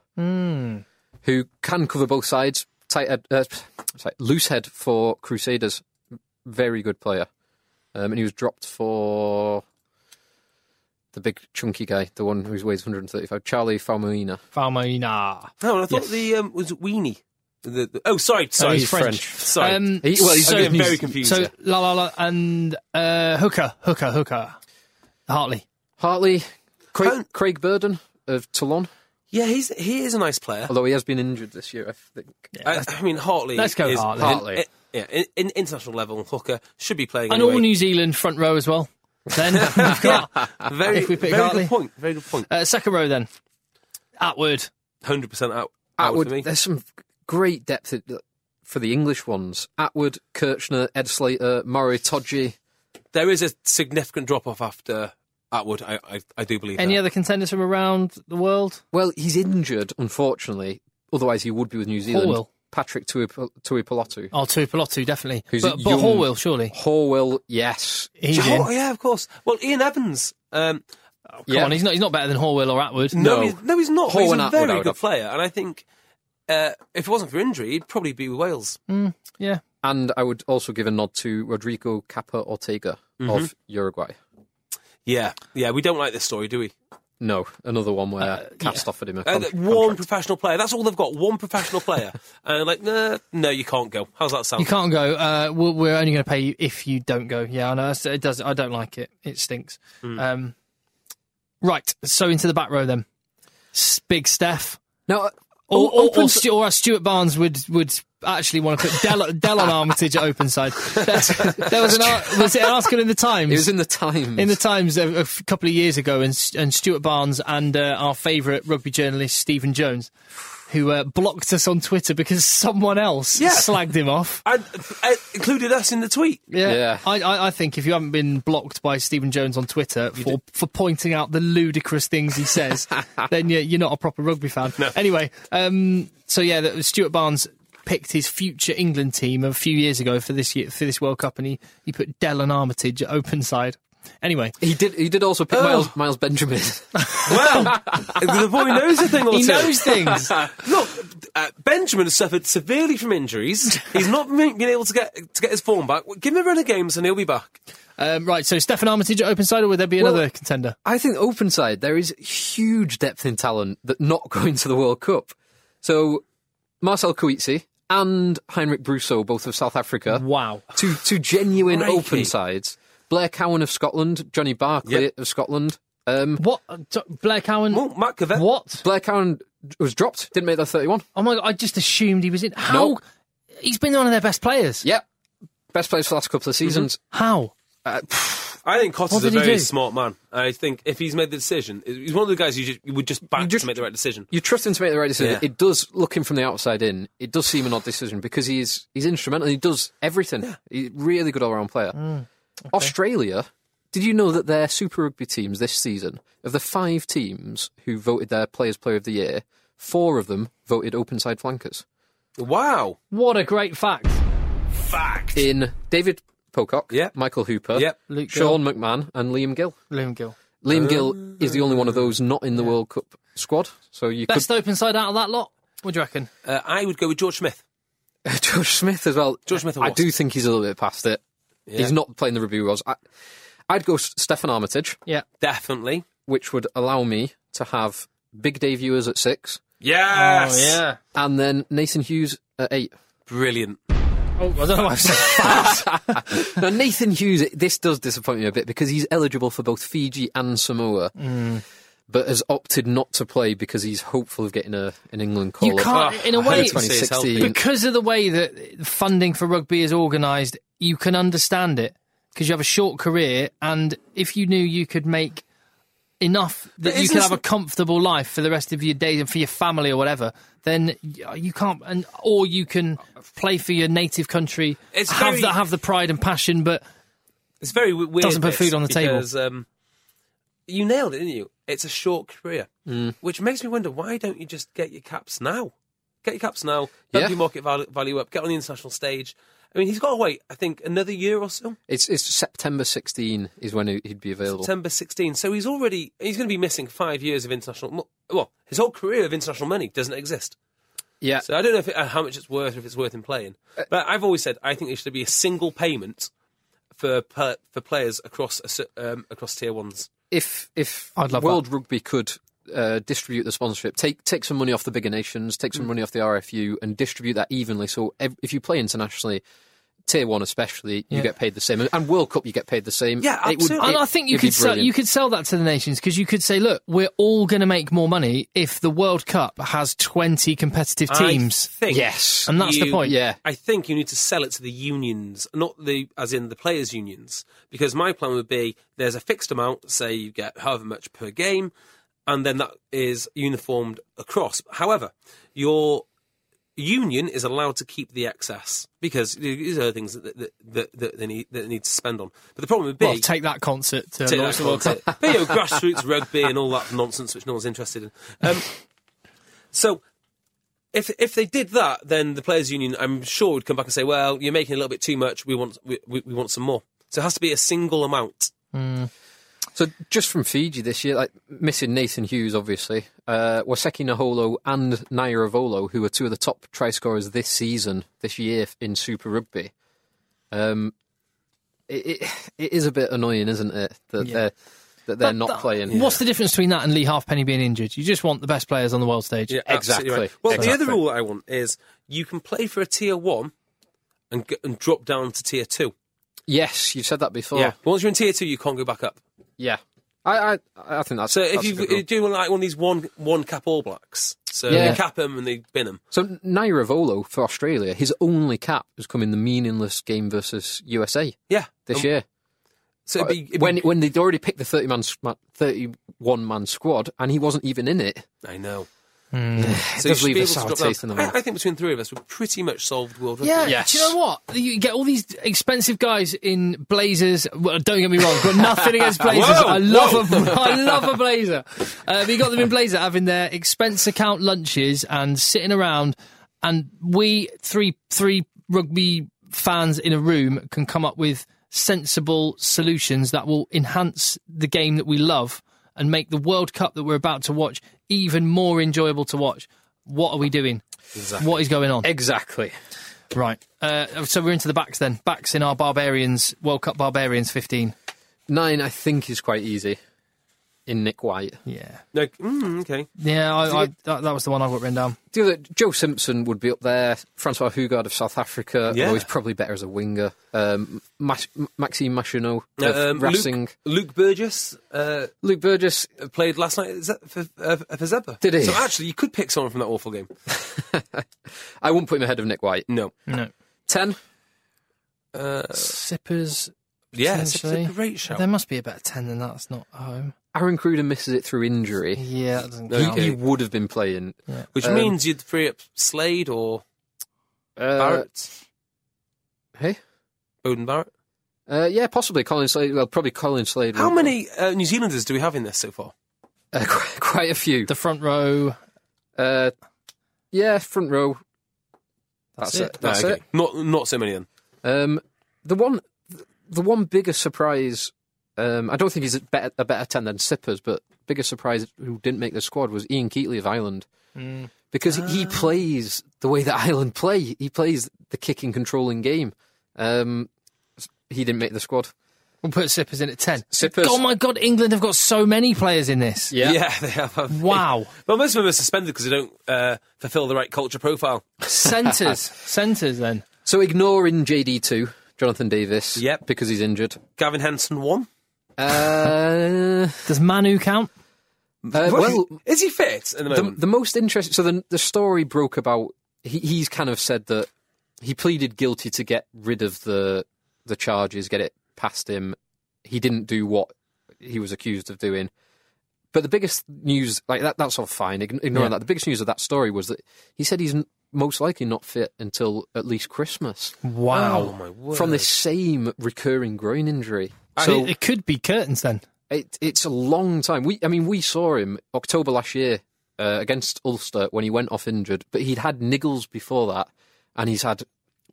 Speaker 4: who can cover both sides, tight head, uh, sorry, loose head for Crusaders, very good player, um, and he was dropped for the big chunky guy, the one who weighs 135, Charlie Falmuina.
Speaker 1: Falmona.
Speaker 2: Hang on, I thought the um, was it Weenie. The, the- oh, sorry, sorry,
Speaker 1: he's French.
Speaker 2: Sorry,
Speaker 1: Um,
Speaker 4: He- well, he's-
Speaker 2: I'm getting
Speaker 4: he's-
Speaker 2: very confused.
Speaker 1: So
Speaker 2: here.
Speaker 1: La La La and uh, Hooker, Hooker, Hooker. Hartley.
Speaker 4: Hartley, Craig,
Speaker 2: Don't-
Speaker 4: Craig Burden of Toulon,
Speaker 2: yeah, he's he is a nice player.
Speaker 4: although he has been injured this year, I think.
Speaker 2: I, I mean, Hartley.
Speaker 1: Let's go
Speaker 2: is,
Speaker 1: Hartley.
Speaker 4: Hartley.
Speaker 2: in- yeah, in, in international level, Hooker should be playing.
Speaker 1: And
Speaker 2: anyway.
Speaker 1: all New Zealand front row as well. Then we've got
Speaker 2: Uh, very,
Speaker 1: if we pick
Speaker 2: very
Speaker 1: Hartley.
Speaker 2: good point. Very good point.
Speaker 1: uh, second row then. Atwood.
Speaker 2: Hundred percent out. Out
Speaker 4: Atwood,
Speaker 2: for me.
Speaker 4: there's some great depth at- for the English ones. Atwood, Kirchner, Ed Slater, Murray, Todgy.
Speaker 2: There is a significant drop off after Atwood. I, I, I do believe.
Speaker 1: Any
Speaker 2: that.
Speaker 1: other contenders from around the world?
Speaker 4: Well, he's injured, unfortunately. Otherwise, he would be with New Zealand.
Speaker 1: Horwell.
Speaker 4: Patrick Tuip- Tuipolotu.
Speaker 1: Oh, Tupelotu, definitely.
Speaker 4: Who's
Speaker 1: but
Speaker 4: a
Speaker 1: but
Speaker 4: young-
Speaker 1: Horwell, surely.
Speaker 4: Horwell, yes.
Speaker 1: He's in.
Speaker 2: Oh, yeah, of course. Well, Ian Evans. Um,
Speaker 1: Come on, he's not. He's not better than Horwell or Atwood.
Speaker 2: no,
Speaker 4: No.
Speaker 2: he's, no, he's not.
Speaker 4: Horwell
Speaker 2: he's
Speaker 4: and
Speaker 2: a
Speaker 4: Atwood, I
Speaker 2: very
Speaker 4: would
Speaker 2: good
Speaker 4: have.
Speaker 2: player, and I think uh, if it wasn't for injury, he'd probably be with Wales.
Speaker 1: Hmm. Yeah.
Speaker 4: And I would also give a nod to Rodrigo Capa Ortega
Speaker 2: Mm-hmm.
Speaker 4: of Uruguay.
Speaker 2: Yeah, yeah, we don't like this story, do we?
Speaker 4: No, another one where Cast offered him a
Speaker 2: Uh,
Speaker 4: con-
Speaker 2: one
Speaker 4: contract.
Speaker 2: professional player. That's all they've got. One
Speaker 1: [LAUGHS]
Speaker 2: professional player. and like, nah, no, you can't go. How's that sound?
Speaker 1: You can't go. Uh, we're, we're only going to pay you if you don't go. Yeah, I know. that's- It does. I don't like it. It stinks.
Speaker 4: Hmm.
Speaker 1: Um, right. So into the back row then. S- Big Steph.
Speaker 4: Now,
Speaker 1: Or, or,
Speaker 4: open
Speaker 1: or, Stu- or as Stuart Barnes would would actually want to put [LAUGHS] Dell, Dell on Armitage at open side. That's, there was an ar- was it an article in the Times.
Speaker 4: it was in the Times.
Speaker 1: in the Times a, a f- couple of years ago, and, S- and Stuart Barnes and uh, our favourite rugby journalist Stephen Jones, who uh, blocked us on Twitter because someone else
Speaker 2: Yeah.
Speaker 1: slagged him off.
Speaker 2: I, I uh, included us in the tweet.
Speaker 1: Yeah,
Speaker 4: Yeah.
Speaker 1: I, I, I think if you haven't been blocked by Stephen Jones on Twitter for, for pointing out the ludicrous things he
Speaker 4: [LAUGHS]
Speaker 1: says, then you're, you're not a proper rugby fan. Anyway, um, so yeah, that was Stuart Barnes picked his future England team a few years ago for this year for this World Cup, and he, he put Dell and Armitage at open side. Anyway,
Speaker 4: he did. He did also pick
Speaker 2: Oh.
Speaker 4: Miles, Miles Benjamin. [LAUGHS]
Speaker 1: [LAUGHS]
Speaker 2: Well, the boy knows a thing or
Speaker 1: he
Speaker 2: two.
Speaker 1: knows things.
Speaker 2: [LAUGHS] Look, uh, Benjamin has suffered severely from injuries. He's not been been able to get to get his form back. Give him a run of games and he'll be back.
Speaker 1: Um, right, so Stefan Armitage at open side, or would there be
Speaker 4: Well-
Speaker 1: another contender?
Speaker 4: I think open side there is huge depth in talent that not [LAUGHS] going to the World Cup. So Marcel Kuitsi and Heinrich Brousseau, both of South Africa.
Speaker 1: Wow.
Speaker 4: Two two genuine
Speaker 2: Crikey.
Speaker 4: open sides. Blair Cowan of Scotland, Johnny Barclay
Speaker 2: Yep.
Speaker 4: of Scotland. Um,
Speaker 1: What? D- Blair Cowan?
Speaker 2: Well, Matt
Speaker 4: uh,
Speaker 2: Cavett.
Speaker 1: What?
Speaker 4: Blair Cowan was dropped, didn't make the thirty-one.
Speaker 1: Oh my god, I just assumed he was in. How?
Speaker 4: Nope.
Speaker 1: He's been one of their best players.
Speaker 4: Yep, best players for the last couple of seasons. Uh,
Speaker 1: How?
Speaker 2: Mm-hmm. I think Cotter's
Speaker 1: What
Speaker 2: a
Speaker 1: did he
Speaker 2: very
Speaker 1: do?
Speaker 2: smart man. I think if he's made the decision, he's one of the guys you, just, you would just back
Speaker 4: You just-
Speaker 2: to make the right decision.
Speaker 4: you trust him to make the right decision.
Speaker 2: Yeah.
Speaker 4: It does looking from the outside in. It does seem an odd decision because he is he's instrumental. He does everything. He's a really good all round player.
Speaker 2: Mm,
Speaker 4: Australia. Did you know that their Super Rugby teams this season, of the five teams who voted their Players Player of the Year, four of them voted open side flankers.
Speaker 2: Wow.
Speaker 1: What a great fact.
Speaker 2: Fact.
Speaker 4: In David Pocock,
Speaker 2: Yeah.
Speaker 4: Michael Hooper,
Speaker 2: Yeah. Oh.
Speaker 1: Luke
Speaker 4: Sean McMahon, and Liam Gill.
Speaker 1: Liam Gill.
Speaker 4: Liam Gill is the only one of those not in the World Cup squad. So you could
Speaker 1: Best open side out of that lot? What do you reckon?
Speaker 2: Uh, I would go with George Smith.
Speaker 4: [LAUGHS] George Smith as well.
Speaker 2: George Smith or
Speaker 4: I
Speaker 2: what?
Speaker 4: do think he's a little bit past it. He's not playing the review roles. I, I'd go S- Stefan Armitage,
Speaker 1: Yeah.
Speaker 2: Definitely.
Speaker 1: Oh,
Speaker 4: which would allow me to have Big Day viewers at six,
Speaker 2: Yes.
Speaker 1: Oh, yeah.
Speaker 4: and then Nathan Hughes at eight.
Speaker 2: Brilliant.
Speaker 1: Oh, I don't know what I've said. [LAUGHS]
Speaker 4: now Nathan Hughes, it- this does disappoint me a bit because he's eligible for both Fiji and Samoa,
Speaker 1: Mm.
Speaker 4: but has opted not to play because he's hopeful of getting a an England call. Ah,
Speaker 1: You can't, in a
Speaker 2: I
Speaker 4: By
Speaker 2: hate
Speaker 1: way,
Speaker 2: to see it's healthy.
Speaker 1: [LAUGHS]
Speaker 4: 2016.
Speaker 1: because of the way that funding for rugby is organised, you can understand it because you have a short career, and if you knew you could make enough that you
Speaker 2: isn't
Speaker 1: could have
Speaker 2: this-
Speaker 1: a comfortable life for the rest of your days and for your family or whatever, then y- you can't, and or you can play for your native country,
Speaker 2: It's
Speaker 1: have
Speaker 2: very-
Speaker 1: the have the pride and passion, but
Speaker 2: It's very w- weird.
Speaker 1: Doesn't put
Speaker 2: this,
Speaker 1: food on the table.
Speaker 2: because, Um, you nailed it, didn't you? It's a short career,
Speaker 1: Hmm.
Speaker 2: which makes me wonder why don't you just get your caps now? Get your caps now. Get
Speaker 4: Yeah.
Speaker 2: your market val- value up. Get on the international stage. I mean, he's got to wait. I think another year or so.
Speaker 4: It's, it's September 16 is when he- he'd be available.
Speaker 2: September 16. So he's already he's going to be missing five years of international. mo- Well, his whole career of international money doesn't exist.
Speaker 4: Yeah,
Speaker 2: So I don't know if it, uh, how much it's worth, or if it's worth him playing. But I've always said I think there should be a single payment for per, for players across a cer- um, across tier ones.
Speaker 4: if if
Speaker 1: I'd love
Speaker 4: World Rugby could uh, distribute the sponsorship, take take some money off the bigger nations, take some
Speaker 1: Mm.
Speaker 4: money off the RFU, and distribute that evenly. So ev- if you play internationally, Tier One especially, you
Speaker 1: Yeah.
Speaker 4: get paid the same, And- and World Cup you get paid the same.
Speaker 2: Yeah, absolutely.
Speaker 1: And I think you
Speaker 4: it'd be
Speaker 1: could sell,
Speaker 4: brilliant.
Speaker 1: you could sell that to the nations because you could say, look, we're all going to make more money if the World Cup has twenty competitive teams.
Speaker 2: I think
Speaker 4: Yes.
Speaker 1: And that's the
Speaker 2: you-
Speaker 1: point.
Speaker 4: Yeah.
Speaker 2: I think you need to sell it to the unions, not the as in the players' unions, because my plan would be there's a fixed amount, say you get however much per game, and then that is uniformed across. However, your union is allowed to keep the excess because these are other things that, that, that, that they need that they need to spend on. But the problem would be
Speaker 1: Well, take that concert to
Speaker 2: Take
Speaker 1: launch
Speaker 2: that
Speaker 1: the World Cup.
Speaker 2: concept. But, you know, grassroots rugby and all that nonsense, which no one's interested in. Um, so, if if they did that, then the players' union, I'm sure, would come back and say, "Well, you're making a little bit too much. We want we, we, we want some more." So it has to be a single amount.
Speaker 4: So just from Fiji this year, like missing Nathan Hughes, obviously, uh, Waseki Naholo and Naira Volo, who are two of the top try scorers this season, this year in Super Rugby. Um, it, it, it is a bit annoying, isn't it, that
Speaker 1: Yeah.
Speaker 4: they're that they're
Speaker 1: But
Speaker 4: not
Speaker 1: that-
Speaker 4: playing.
Speaker 1: What's the difference between that and Lee Halfpenny being injured? You just want the best players on the world stage.
Speaker 2: Yeah, absolutely
Speaker 4: Exactly.
Speaker 2: right. Well, the
Speaker 4: Exactly.
Speaker 2: other rule I want is you can play for a tier one and g- and drop down to tier two.
Speaker 4: Yes, you've said that before.
Speaker 2: Yeah. Once you're in tier two, you can't go back up.
Speaker 4: Yeah. I, I, I think that's
Speaker 2: So if
Speaker 4: that's a
Speaker 2: you
Speaker 4: good
Speaker 2: you
Speaker 4: rule.
Speaker 2: do one like one of these one one cap All Blacks, so
Speaker 4: Yeah.
Speaker 2: they cap them and they bin them.
Speaker 4: So Naira Volo for Australia, his only cap has come in the meaningless game versus USA
Speaker 2: Yeah.
Speaker 4: this
Speaker 2: Um,
Speaker 4: year.
Speaker 2: So it'd be, it'd be-
Speaker 4: when when they'd already picked the thirty man, thirty-one man squad, and he wasn't even
Speaker 2: [SIGHS]
Speaker 4: in it.
Speaker 2: I know.
Speaker 4: It
Speaker 2: you
Speaker 4: does
Speaker 2: should
Speaker 4: leave
Speaker 2: be
Speaker 4: a
Speaker 2: able to
Speaker 4: sour
Speaker 2: drop down.
Speaker 4: taste in the
Speaker 2: I-
Speaker 4: mouth.
Speaker 2: I, think between the three of us, we've pretty much solved world record.
Speaker 1: Yeah,
Speaker 4: Yes.
Speaker 1: do you know what? You get all these expensive guys in blazers. Well, don't get me wrong, got nothing against blazers.
Speaker 2: Whoa,
Speaker 1: I love
Speaker 2: whoa.
Speaker 1: a, I love a
Speaker 2: [LAUGHS]
Speaker 1: blazer. Uh, but you got them in blazer having their expense account lunches and sitting around, and we three three rugby fans in a room can come up with sensible solutions that will enhance the game that we love and make the World Cup that we're about to watch even more enjoyable to watch. What are we doing? What is going on?
Speaker 4: Exactly.
Speaker 1: Right. Uh, so we're into the backs then. Backs in our Barbarians, World Cup Barbarians 15.
Speaker 4: Nine, I think, is quite easy. In Nick White,
Speaker 1: Yeah.
Speaker 2: No, mm, okay.
Speaker 1: Yeah, I, I, that, that was the one I got written down.
Speaker 4: the other Joe Simpson would be up there. Francois Hugard of South Africa,
Speaker 2: Yeah.
Speaker 4: although he's probably better as a winger. Um, Mas- M- Maxime Machineau
Speaker 2: No,
Speaker 4: of
Speaker 2: um,
Speaker 4: Racing.
Speaker 2: Luke, Luke Burgess uh,
Speaker 4: Luke Burgess, [LAUGHS]
Speaker 2: played last night is that for, uh, for Zebra.
Speaker 4: Did he?
Speaker 2: So actually, you could pick someone from that awful game.
Speaker 4: I wouldn't put him ahead of Nick White.
Speaker 2: No.
Speaker 1: No.
Speaker 4: Ten,
Speaker 2: Uh,
Speaker 1: Sippers.
Speaker 2: yeah, it's a-
Speaker 1: potentially.
Speaker 2: it's a great shout.
Speaker 1: There must be a better 10 than that. It's not home.
Speaker 4: Aaron Cruden misses it through injury.
Speaker 1: Yeah, that doesn't
Speaker 2: No, you
Speaker 1: count.
Speaker 4: He,
Speaker 2: Okay.
Speaker 4: he would have been playing.
Speaker 2: Which
Speaker 4: Um,
Speaker 2: means you'd free up Slade or
Speaker 4: Uh,
Speaker 2: Barrett,
Speaker 4: Hey.
Speaker 2: Bowden Barrett.
Speaker 4: Uh, yeah, possibly Colin Slade. Well, probably Colin Slade.
Speaker 2: How
Speaker 4: would-
Speaker 2: many uh, New Zealanders do we have in this so far?
Speaker 4: Uh, [LAUGHS] quite, quite a few.
Speaker 1: The front row.
Speaker 4: Uh, yeah, front row.
Speaker 1: That's
Speaker 4: That's it.
Speaker 1: it.
Speaker 4: That's
Speaker 2: Ah,
Speaker 4: it.
Speaker 2: okay. Not not so many then.
Speaker 4: Um, the one, the one bigger surprise. Um, I don't think he's a better, a better ten than Sippers, but bigger surprise who didn't make the squad was Ian Keatley of Ireland because he plays the way that [LAUGHS] Ireland play. He plays the kicking, controlling game. Um, s- he didn't make the squad.
Speaker 1: We'll put Sippers in at 10.
Speaker 4: Sippers.
Speaker 1: Oh my God, England have got so many players in this.
Speaker 2: [LAUGHS] they have. haven't they?
Speaker 4: [LAUGHS]
Speaker 1: Wow.
Speaker 2: Well, most of them are suspended because they don't uh, fulfil the right culture profile.
Speaker 1: Centres. Centres then.
Speaker 4: So ignoring JD two, Jonathan Davis.
Speaker 2: Yep.
Speaker 4: because he's injured.
Speaker 2: Gavin Henson won.
Speaker 4: Uh,
Speaker 1: Does Manu count?
Speaker 4: Uh, well,
Speaker 2: is he um, fit at the
Speaker 4: the,
Speaker 2: moment?
Speaker 4: the most interesting. So the the story broke about he, he's kind of said that he pleaded guilty to get rid of the the charges, get it past him. He didn't do what he was accused of doing. But the biggest news, like that, that's all fine. ign- Ignoring that, the biggest news of that story was that he said he's n- most likely not fit until at least Christmas
Speaker 1: Wow.
Speaker 2: oh my word!
Speaker 4: from this same recurring groin injury.
Speaker 1: So it, it could be curtains then.
Speaker 4: It, it's a long time. We, I mean, we saw him October last year uh, against Ulster when he went off injured, but he'd had niggles before that, and he's had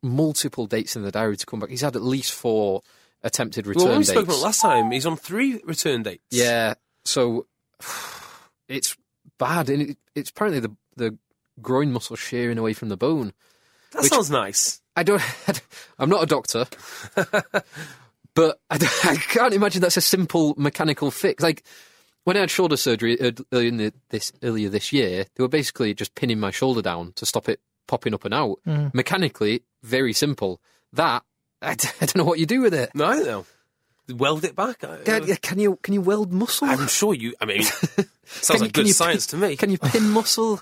Speaker 4: multiple dates in the diary to come back. He's had at least four attempted return
Speaker 2: well, when we
Speaker 4: dates.
Speaker 2: spoke about it last time, he's on three return dates.
Speaker 4: yeah, so [SIGHS] it's bad, and it, it's apparently the the groin muscle shearing away from the bone.
Speaker 2: that
Speaker 4: which-
Speaker 2: sounds nice.
Speaker 4: I don't. [LAUGHS] I'm not a doctor, [LAUGHS] but I, don't- I can't imagine that's a simple mechanical fix. Like when I had shoulder surgery ear- earlier in the, this earlier this year, they were basically just pinning my shoulder down to stop it popping up and out. Mechanically, very simple. That I, d- [LAUGHS] I don't know what you do with it.
Speaker 2: No, I don't know. Weld it back. I, uh,
Speaker 4: Dad, Can you can you weld muscle?
Speaker 2: I'm sure you.
Speaker 4: [LAUGHS]
Speaker 2: I mean, Um, sounds
Speaker 4: you-
Speaker 2: like good
Speaker 4: you
Speaker 2: science
Speaker 4: pin,
Speaker 2: to me.
Speaker 4: Can Hmm. you pin muscle?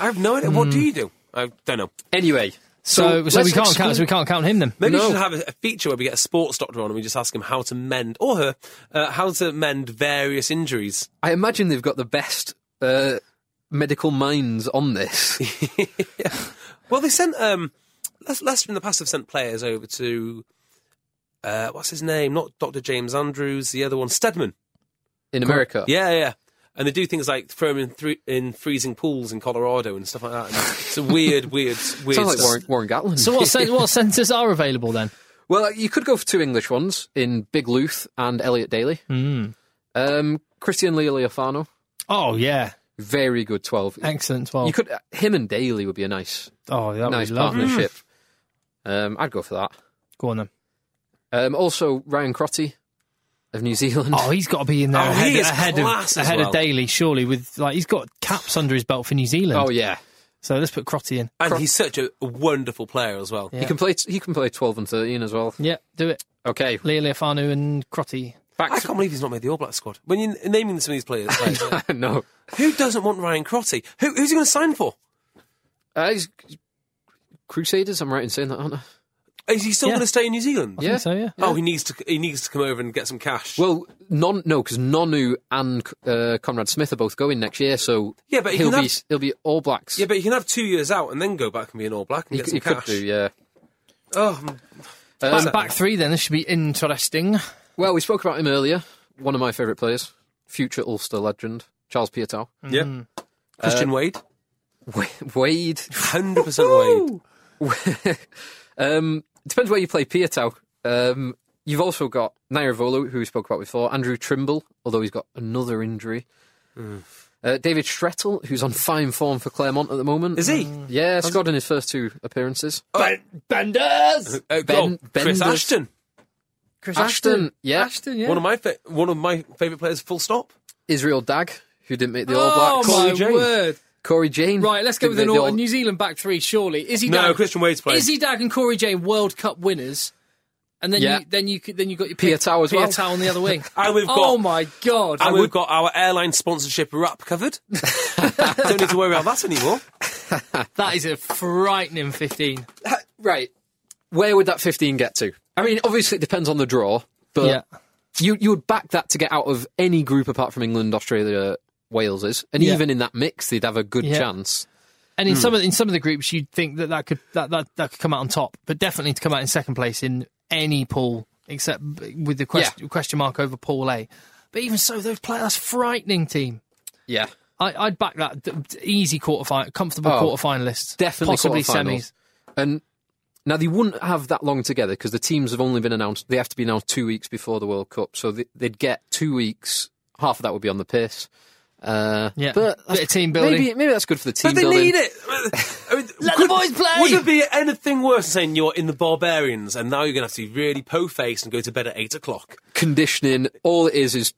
Speaker 2: I have no idea. What do you do? I don't know.
Speaker 4: [LAUGHS] Anyway,
Speaker 1: So, so, we
Speaker 4: let's
Speaker 1: can't
Speaker 4: exclude-
Speaker 1: count. So we can't count him then.
Speaker 2: Maybe
Speaker 4: No.
Speaker 2: we should have a, a feature where we get a sports doctor on and we just ask him how to mend or her uh, how to mend various injuries.
Speaker 4: I imagine they've got the best uh, medical minds
Speaker 2: [LAUGHS]
Speaker 4: on this.
Speaker 2: Well, they sent um, Les- Leicester in the past have sent players over to uh, what's his name? Not Doctor James Andrews, the other one, Stedman.
Speaker 4: in America.
Speaker 2: Yeah, yeah. And they do things like throw him in, thre- in freezing pools in Colorado and stuff like that. And it's a weird, [LAUGHS] weird, weird.
Speaker 4: Sounds like
Speaker 2: stuff.
Speaker 4: Warren, Warren Gatland. [LAUGHS]
Speaker 1: So what, cen- what centres are available then? Hmm.
Speaker 4: well, you could go for two English ones in Big Luth and Elliot Daly. Um, Christian Lealiofano,
Speaker 1: Oh yeah,
Speaker 4: very good 12.
Speaker 1: excellent. Well,
Speaker 4: You could uh, him and Daly would be a nice
Speaker 1: oh that
Speaker 4: nice
Speaker 1: was lovely.
Speaker 4: partnership. Um, I'd go for that.
Speaker 1: Go on then.
Speaker 4: Um, also Ryan Crotty of New Zealand. [LAUGHS]
Speaker 1: Oh, he's got to be in there
Speaker 2: Oh,
Speaker 1: ahead,
Speaker 2: he is
Speaker 1: ahead
Speaker 2: class
Speaker 1: of
Speaker 2: as
Speaker 1: ahead
Speaker 2: well.
Speaker 1: of Daly, surely. With like he's got caps under his belt for New Zealand.
Speaker 4: Oh, yeah.
Speaker 1: So let's put Crotty in.
Speaker 2: And he's such a wonderful player as well.
Speaker 1: Yeah.
Speaker 4: He can play he can play 12 and 13 as well.
Speaker 1: Yeah, do it.
Speaker 4: Okay.
Speaker 1: Leo Leofanu and Crotty.
Speaker 4: Back
Speaker 2: I
Speaker 4: to-
Speaker 2: can't
Speaker 4: [LAUGHS]
Speaker 2: believe he's not made the All Black squad. When you're naming some of these players, like,
Speaker 4: no.
Speaker 2: [LAUGHS] who doesn't want Ryan Crotty? Who, who's he going to sign for?
Speaker 4: Uh, he's Crusaders, I'm right in saying that, aren't I?
Speaker 2: Is he still
Speaker 1: Yeah.
Speaker 2: going to stay in New Zealand?
Speaker 1: I
Speaker 4: Yeah.
Speaker 1: think so. Yeah.
Speaker 2: Oh, he needs to. He needs to come over and get some cash.
Speaker 4: Well, non no, because Nonu and uh, Conrad Smith are both going next year, so
Speaker 2: Yeah, but he
Speaker 4: he'll
Speaker 2: can
Speaker 4: be
Speaker 2: have-
Speaker 4: he'll be All Blacks.
Speaker 2: yeah, but he can have two years out and then go back and be an All Black and
Speaker 4: he,
Speaker 2: get
Speaker 4: c-
Speaker 2: some
Speaker 4: he could
Speaker 2: cash.
Speaker 4: do. Yeah.
Speaker 2: Oh, I'm-
Speaker 4: Um,
Speaker 2: that?
Speaker 1: Back, back three then. This should be interesting.
Speaker 4: well, we spoke about him earlier. One of my favourite players, future Ulster legend Charles Piatow.
Speaker 2: yeah.
Speaker 1: Mm.
Speaker 2: Christian Wade,
Speaker 4: Wa- Wade.
Speaker 2: hundred percent Wade.
Speaker 4: um, depends where you play Piatow. Um, you've also got Nairavolo, who we spoke about before. Andrew Trimble, although he's got another injury.
Speaker 2: Mm.
Speaker 4: Uh, David Shrettle, who's on fine form for Claremont at the moment.
Speaker 2: Is he?
Speaker 4: Yeah, scored in his first two appearances.
Speaker 1: Benders.
Speaker 2: Oh. Uh,
Speaker 4: Ben-
Speaker 2: oh, Chris
Speaker 4: Benders.
Speaker 2: Ashton,
Speaker 1: Chris
Speaker 4: Ashton, yeah.
Speaker 1: Ashton. Yeah.
Speaker 2: one of my fa- one of my favourite players. Full stop. Israel.
Speaker 4: Bill Dag, who didn't make the All
Speaker 1: Oh
Speaker 4: Blacks.
Speaker 1: my
Speaker 2: Corey Jane.
Speaker 1: word!
Speaker 4: Corey Jane.
Speaker 1: Right, let's go
Speaker 4: didn't
Speaker 1: with an
Speaker 4: make the
Speaker 1: all, a
Speaker 4: All-
Speaker 1: New Zealand back three. Surely, is he?
Speaker 2: No, Christian Wade's playing.
Speaker 1: Is he Dag and Corey Jane World Cup winners? And then
Speaker 4: Yeah.
Speaker 1: you then you could- then you got your
Speaker 4: Piatau as well.
Speaker 1: Piatau on the other wing.
Speaker 2: [LAUGHS] And we've
Speaker 1: oh
Speaker 2: got-
Speaker 1: my god!
Speaker 2: And we've got our airline sponsorship wrap covered. Don't need to worry about that anymore.
Speaker 1: that is a frightening fifteen.
Speaker 4: Right. Where would that 15 get to? I mean, obviously it depends on the draw, but you you would back that to get out of any group apart from England, Australia, Wales is, and
Speaker 1: Yeah.
Speaker 4: even in that mix, they'd have a good
Speaker 1: Yeah.
Speaker 4: chance.
Speaker 1: and in
Speaker 4: Hmm.
Speaker 1: some of in some of the groups, you'd think that that could that, that that could come out on top, but definitely to come out in second place in any pool except b- with the quest, question mark over Pool A. But even so, those players that's frightening team.
Speaker 4: Yeah,
Speaker 1: I, I'd back that d- d- easy quarterfinal, comfortable
Speaker 4: Oh,
Speaker 1: quarter finalists,
Speaker 4: definitely
Speaker 1: possibly semis.
Speaker 4: quarterfinals. and now they wouldn't have that long together because the teams have only been announced. They have to be announced two weeks before the World Cup, so they, they'd get two weeks. Half of that would be on the piss. Uh,
Speaker 1: Yeah.
Speaker 4: but
Speaker 1: Bit
Speaker 4: that's-
Speaker 1: of team building.
Speaker 4: Maybe, maybe that's good for the team
Speaker 2: But they
Speaker 4: building.
Speaker 2: need it. [LAUGHS] I mean,
Speaker 1: Let the boys play.
Speaker 2: Would it be anything worse than saying you're in the Barbarians and now you're going to have to be really po-faced and go to bed at eight o'clock?
Speaker 4: Conditioning. All it is is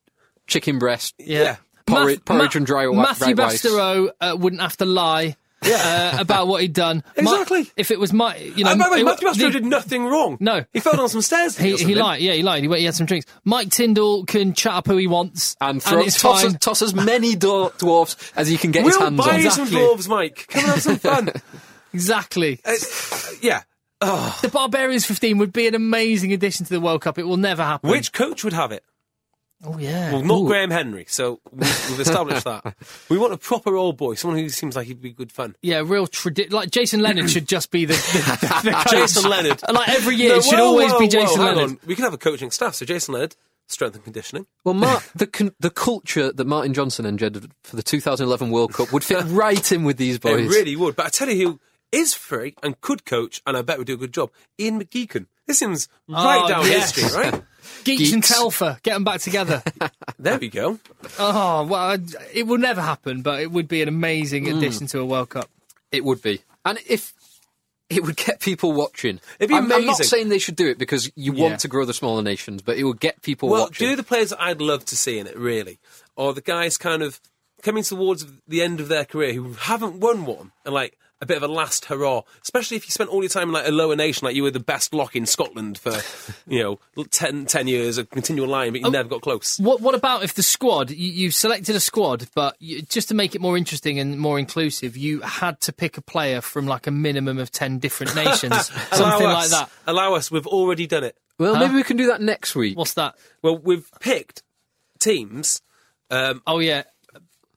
Speaker 4: chicken breast.
Speaker 2: Yeah.
Speaker 4: Porridge,
Speaker 1: Math-
Speaker 4: porridge and dry,
Speaker 1: Ma- Matthew
Speaker 4: dry rice.
Speaker 1: Bastereau uh, wouldn't have to lie uh, about what he'd
Speaker 4: [LAUGHS]
Speaker 1: done. My-
Speaker 2: Exactly.
Speaker 1: if it was my, you know,
Speaker 2: and by the way,
Speaker 1: it-
Speaker 2: Matthew Astro
Speaker 1: the-
Speaker 2: did nothing wrong.
Speaker 1: No.
Speaker 2: He fell down
Speaker 1: [LAUGHS]
Speaker 2: some stairs.
Speaker 1: He,
Speaker 2: or
Speaker 1: he
Speaker 2: something.
Speaker 1: lied. Yeah, he lied. He, went, he had some drinks. Mike Tyndall can chat up who he wants,
Speaker 4: and, throw,
Speaker 1: it's
Speaker 4: toss,
Speaker 1: fine.
Speaker 4: As, toss as many dwar- dwarfs as he can get his
Speaker 2: We'll
Speaker 4: hands
Speaker 2: buy
Speaker 4: on.
Speaker 2: you some
Speaker 1: Exactly.
Speaker 2: dwarves, Mike. Come and have some fun.
Speaker 1: [LAUGHS] exactly.
Speaker 2: It's- yeah.
Speaker 1: the Barbarians 15 would be an amazing addition to the World Cup. It will never happen.
Speaker 2: Which coach would have it?
Speaker 1: Oh yeah.
Speaker 2: Well, not
Speaker 4: Ooh.
Speaker 2: Graham Henry. So we- we've
Speaker 1: [LAUGHS]
Speaker 2: established that. We want a proper old boy, someone who seems like he'd be good fun.
Speaker 1: Yeah, real tradition. Like Jason Leonard should just be the,
Speaker 2: [LAUGHS]
Speaker 1: the, the coach.
Speaker 2: Jason Leonard.
Speaker 1: [LAUGHS] Like every year,
Speaker 2: No,
Speaker 1: it should
Speaker 2: whoa,
Speaker 1: always
Speaker 2: whoa,
Speaker 1: be
Speaker 2: whoa,
Speaker 1: Jason
Speaker 2: hang
Speaker 1: Leonard.
Speaker 2: on. We can have a coaching staff. So Jason Leonard, strength and conditioning.
Speaker 4: Well, Mar- the con- the culture that Martin Johnson engendered for the 2011 World Cup
Speaker 2: [LAUGHS]
Speaker 4: would fit right in with these boys.
Speaker 2: It really would. But I tell you who is free and could coach, and I bet would do a good job. Ian McGeechan. This seems right
Speaker 1: Oh,
Speaker 2: down
Speaker 1: yes.
Speaker 2: his street,
Speaker 1: [LAUGHS]
Speaker 2: right?
Speaker 1: Geach and
Speaker 4: Geeks.
Speaker 1: Telfer, get them back
Speaker 2: [LAUGHS]
Speaker 1: together.
Speaker 2: There we go.
Speaker 1: Oh well, I'd- it will never happen, but it would be an amazing
Speaker 2: Mm.
Speaker 1: addition to a World Cup.
Speaker 4: It would be, and if it would get people watching.
Speaker 2: It'd be
Speaker 4: I'm, I'm not
Speaker 2: amazing.
Speaker 4: saying they should do it because you
Speaker 1: Yeah.
Speaker 4: want to grow the smaller nations, but it would get people
Speaker 2: Well,
Speaker 4: watching.
Speaker 2: do the players that I'd love to see in it, really, or the guys kind of coming towards the end of their career who haven't won one and like a bit of a last hurrah, especially if you spent all your time in like a lower nation, like you were the best lock in Scotland
Speaker 1: [LAUGHS]
Speaker 2: for, you know, 10, 10 years of continual line,
Speaker 1: Oh.
Speaker 2: but you never got close.
Speaker 1: What What about if the squad you, you've selected a squad, but you, just to make it more interesting and more inclusive, you had to pick a player from like a minimum of ten different nations, something
Speaker 2: [LAUGHS] allow
Speaker 1: like
Speaker 2: us,
Speaker 1: that.
Speaker 2: Allow us. We've already done it.
Speaker 4: well, maybe we can do that next week.
Speaker 1: What's that?
Speaker 2: Well, we've picked teams
Speaker 1: Oh yeah,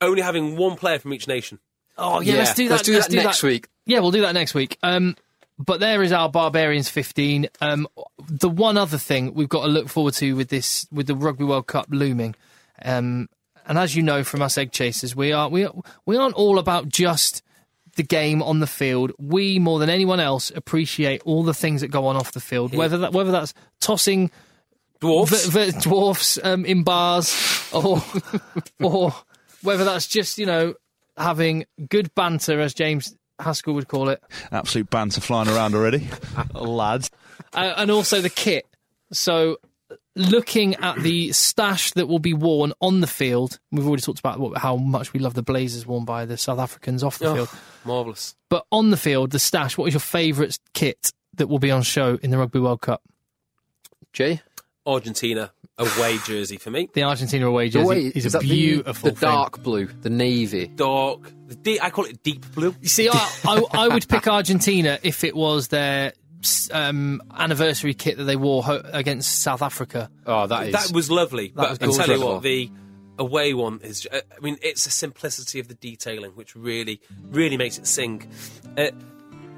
Speaker 2: only having one player from each nation.
Speaker 1: oh yeah. Let's do that.
Speaker 4: Let's do that next week.
Speaker 1: Yeah, we'll do that next week. Um, but there is our Barbarians 15. Um, the one other thing we've got to look forward to with this, with the Rugby World Cup looming, um, and as you know from us egg chasers, we are we are, we aren't all about just the game on the field. We more than anyone else appreciate all the things that go on off the field, whether that whether that's tossing
Speaker 2: Dwarfs?
Speaker 1: v- v- dwarfs um, in bars, or [LAUGHS] or whether that's just you know having good banter, as James Haskell would call it,
Speaker 3: Absolute banter flying around already, lads.
Speaker 1: uh, and also the kit. So, looking at the stash that will be worn on the field, we've already talked about what, how much we love the blazers worn by the South Africans off the field.
Speaker 2: Marvellous.
Speaker 1: But on the field, the stash, what is your favourite kit that will be on show in the Rugby World Cup?
Speaker 4: Jay,
Speaker 2: Argentina away jersey for me.
Speaker 1: The Argentina away
Speaker 4: the
Speaker 1: jersey
Speaker 4: way-
Speaker 1: is, a
Speaker 4: that the-
Speaker 1: beautiful
Speaker 4: the
Speaker 1: thing.
Speaker 4: dark blue, the navy.
Speaker 2: Dark. The deep, I call it deep blue.
Speaker 1: You see, I, I, I would pick Argentina if it was their um, anniversary kit that they wore ho- against South Africa.
Speaker 4: Oh, that is
Speaker 2: That was lovely.
Speaker 1: was
Speaker 2: but I tell you
Speaker 4: gorgeous.
Speaker 2: what, the away one is. uh, I mean, it's the simplicity of the detailing which really, really makes it sing. Uh,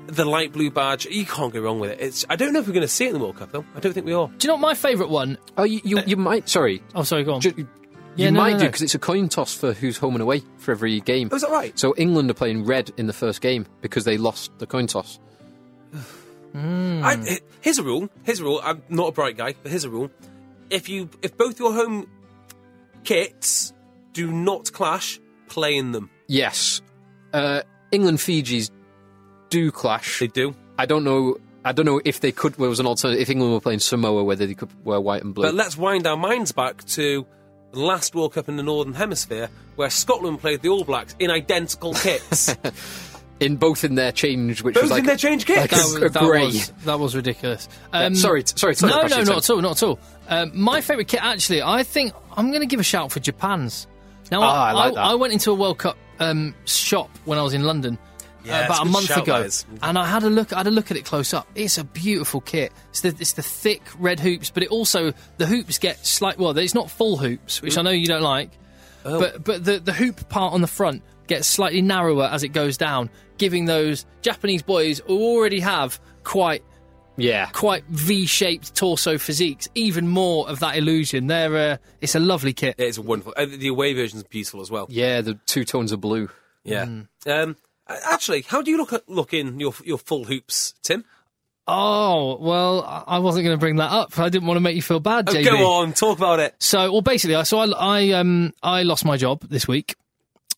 Speaker 2: the light blue badge, you can't go wrong with it. It's. I don't know if we're going to see it in the World Cup though. I don't think we are.
Speaker 1: Do you know what my favourite one?
Speaker 4: Oh, you you, you might. Sorry,
Speaker 1: Oh, sorry, go on.
Speaker 4: Ju- you
Speaker 1: Yeah, no,
Speaker 4: might
Speaker 1: no,
Speaker 4: do
Speaker 1: no.
Speaker 4: because it's a coin toss for who's home and away for every game.
Speaker 2: Oh, is that right?
Speaker 4: So England are playing red in the first game because they lost the coin toss.
Speaker 2: I, h- here's a rule. Here's a rule. I'm not a bright guy, but here's a rule. If you, if both your home kits do not clash, play in them.
Speaker 4: Yes, uh, England Fiji's do clash.
Speaker 2: They do.
Speaker 4: I don't know. I don't know if they could. Well, it was an alternative if England were playing Samoa, whether they could wear white and blue.
Speaker 2: But let's wind our minds back to the last World Cup in the Northern Hemisphere, where Scotland played the All Blacks in identical [LAUGHS] kits.
Speaker 4: in both in their change, which was
Speaker 2: Both
Speaker 4: like
Speaker 2: in their change
Speaker 4: like
Speaker 2: kits.
Speaker 4: a-
Speaker 1: that, was, that,
Speaker 4: grey.
Speaker 1: was, that was ridiculous. Um,
Speaker 4: Yeah, sorry, t- sorry, sorry,
Speaker 1: No,
Speaker 4: Patrick,
Speaker 1: no,
Speaker 4: sorry.
Speaker 1: not at all, not at all. Um, my favourite kit, actually, I think I'm going to give a shout for Japan's. Now,
Speaker 4: Ah, I like that.
Speaker 1: I, went into a World Cup um, shop when I was in London
Speaker 2: Yeah, it's a
Speaker 1: Uh, about a
Speaker 2: good
Speaker 1: month
Speaker 2: shout,
Speaker 1: ago,
Speaker 2: that is.
Speaker 1: and I had a look. I had a look at it close up. It's a beautiful kit. It's the it's the thick red hoops, but it also the hoops get slight. Well, it's not full hoops,
Speaker 2: Mm.
Speaker 1: which I know you don't like,
Speaker 2: Oh.
Speaker 1: but but the the hoop part on the front gets slightly narrower as it goes down, giving those Japanese boys who already have quite
Speaker 4: yeah.
Speaker 1: quite V-shaped torso physiques, even more of that illusion. They're uh, it's a lovely kit.
Speaker 2: It's wonderful. Uh, The away version's beautiful as well.
Speaker 4: Yeah, the two tones of blue.
Speaker 2: Yeah. Um, uh, actually, how do you look at, look in your your full hoops, Tim?
Speaker 1: Oh well, I- I wasn't going to bring that up. I didn't want to make you feel bad,
Speaker 2: Oh,
Speaker 1: JB.
Speaker 2: go on, talk about it.
Speaker 1: So well, basically, I so I, I um I lost my job this week.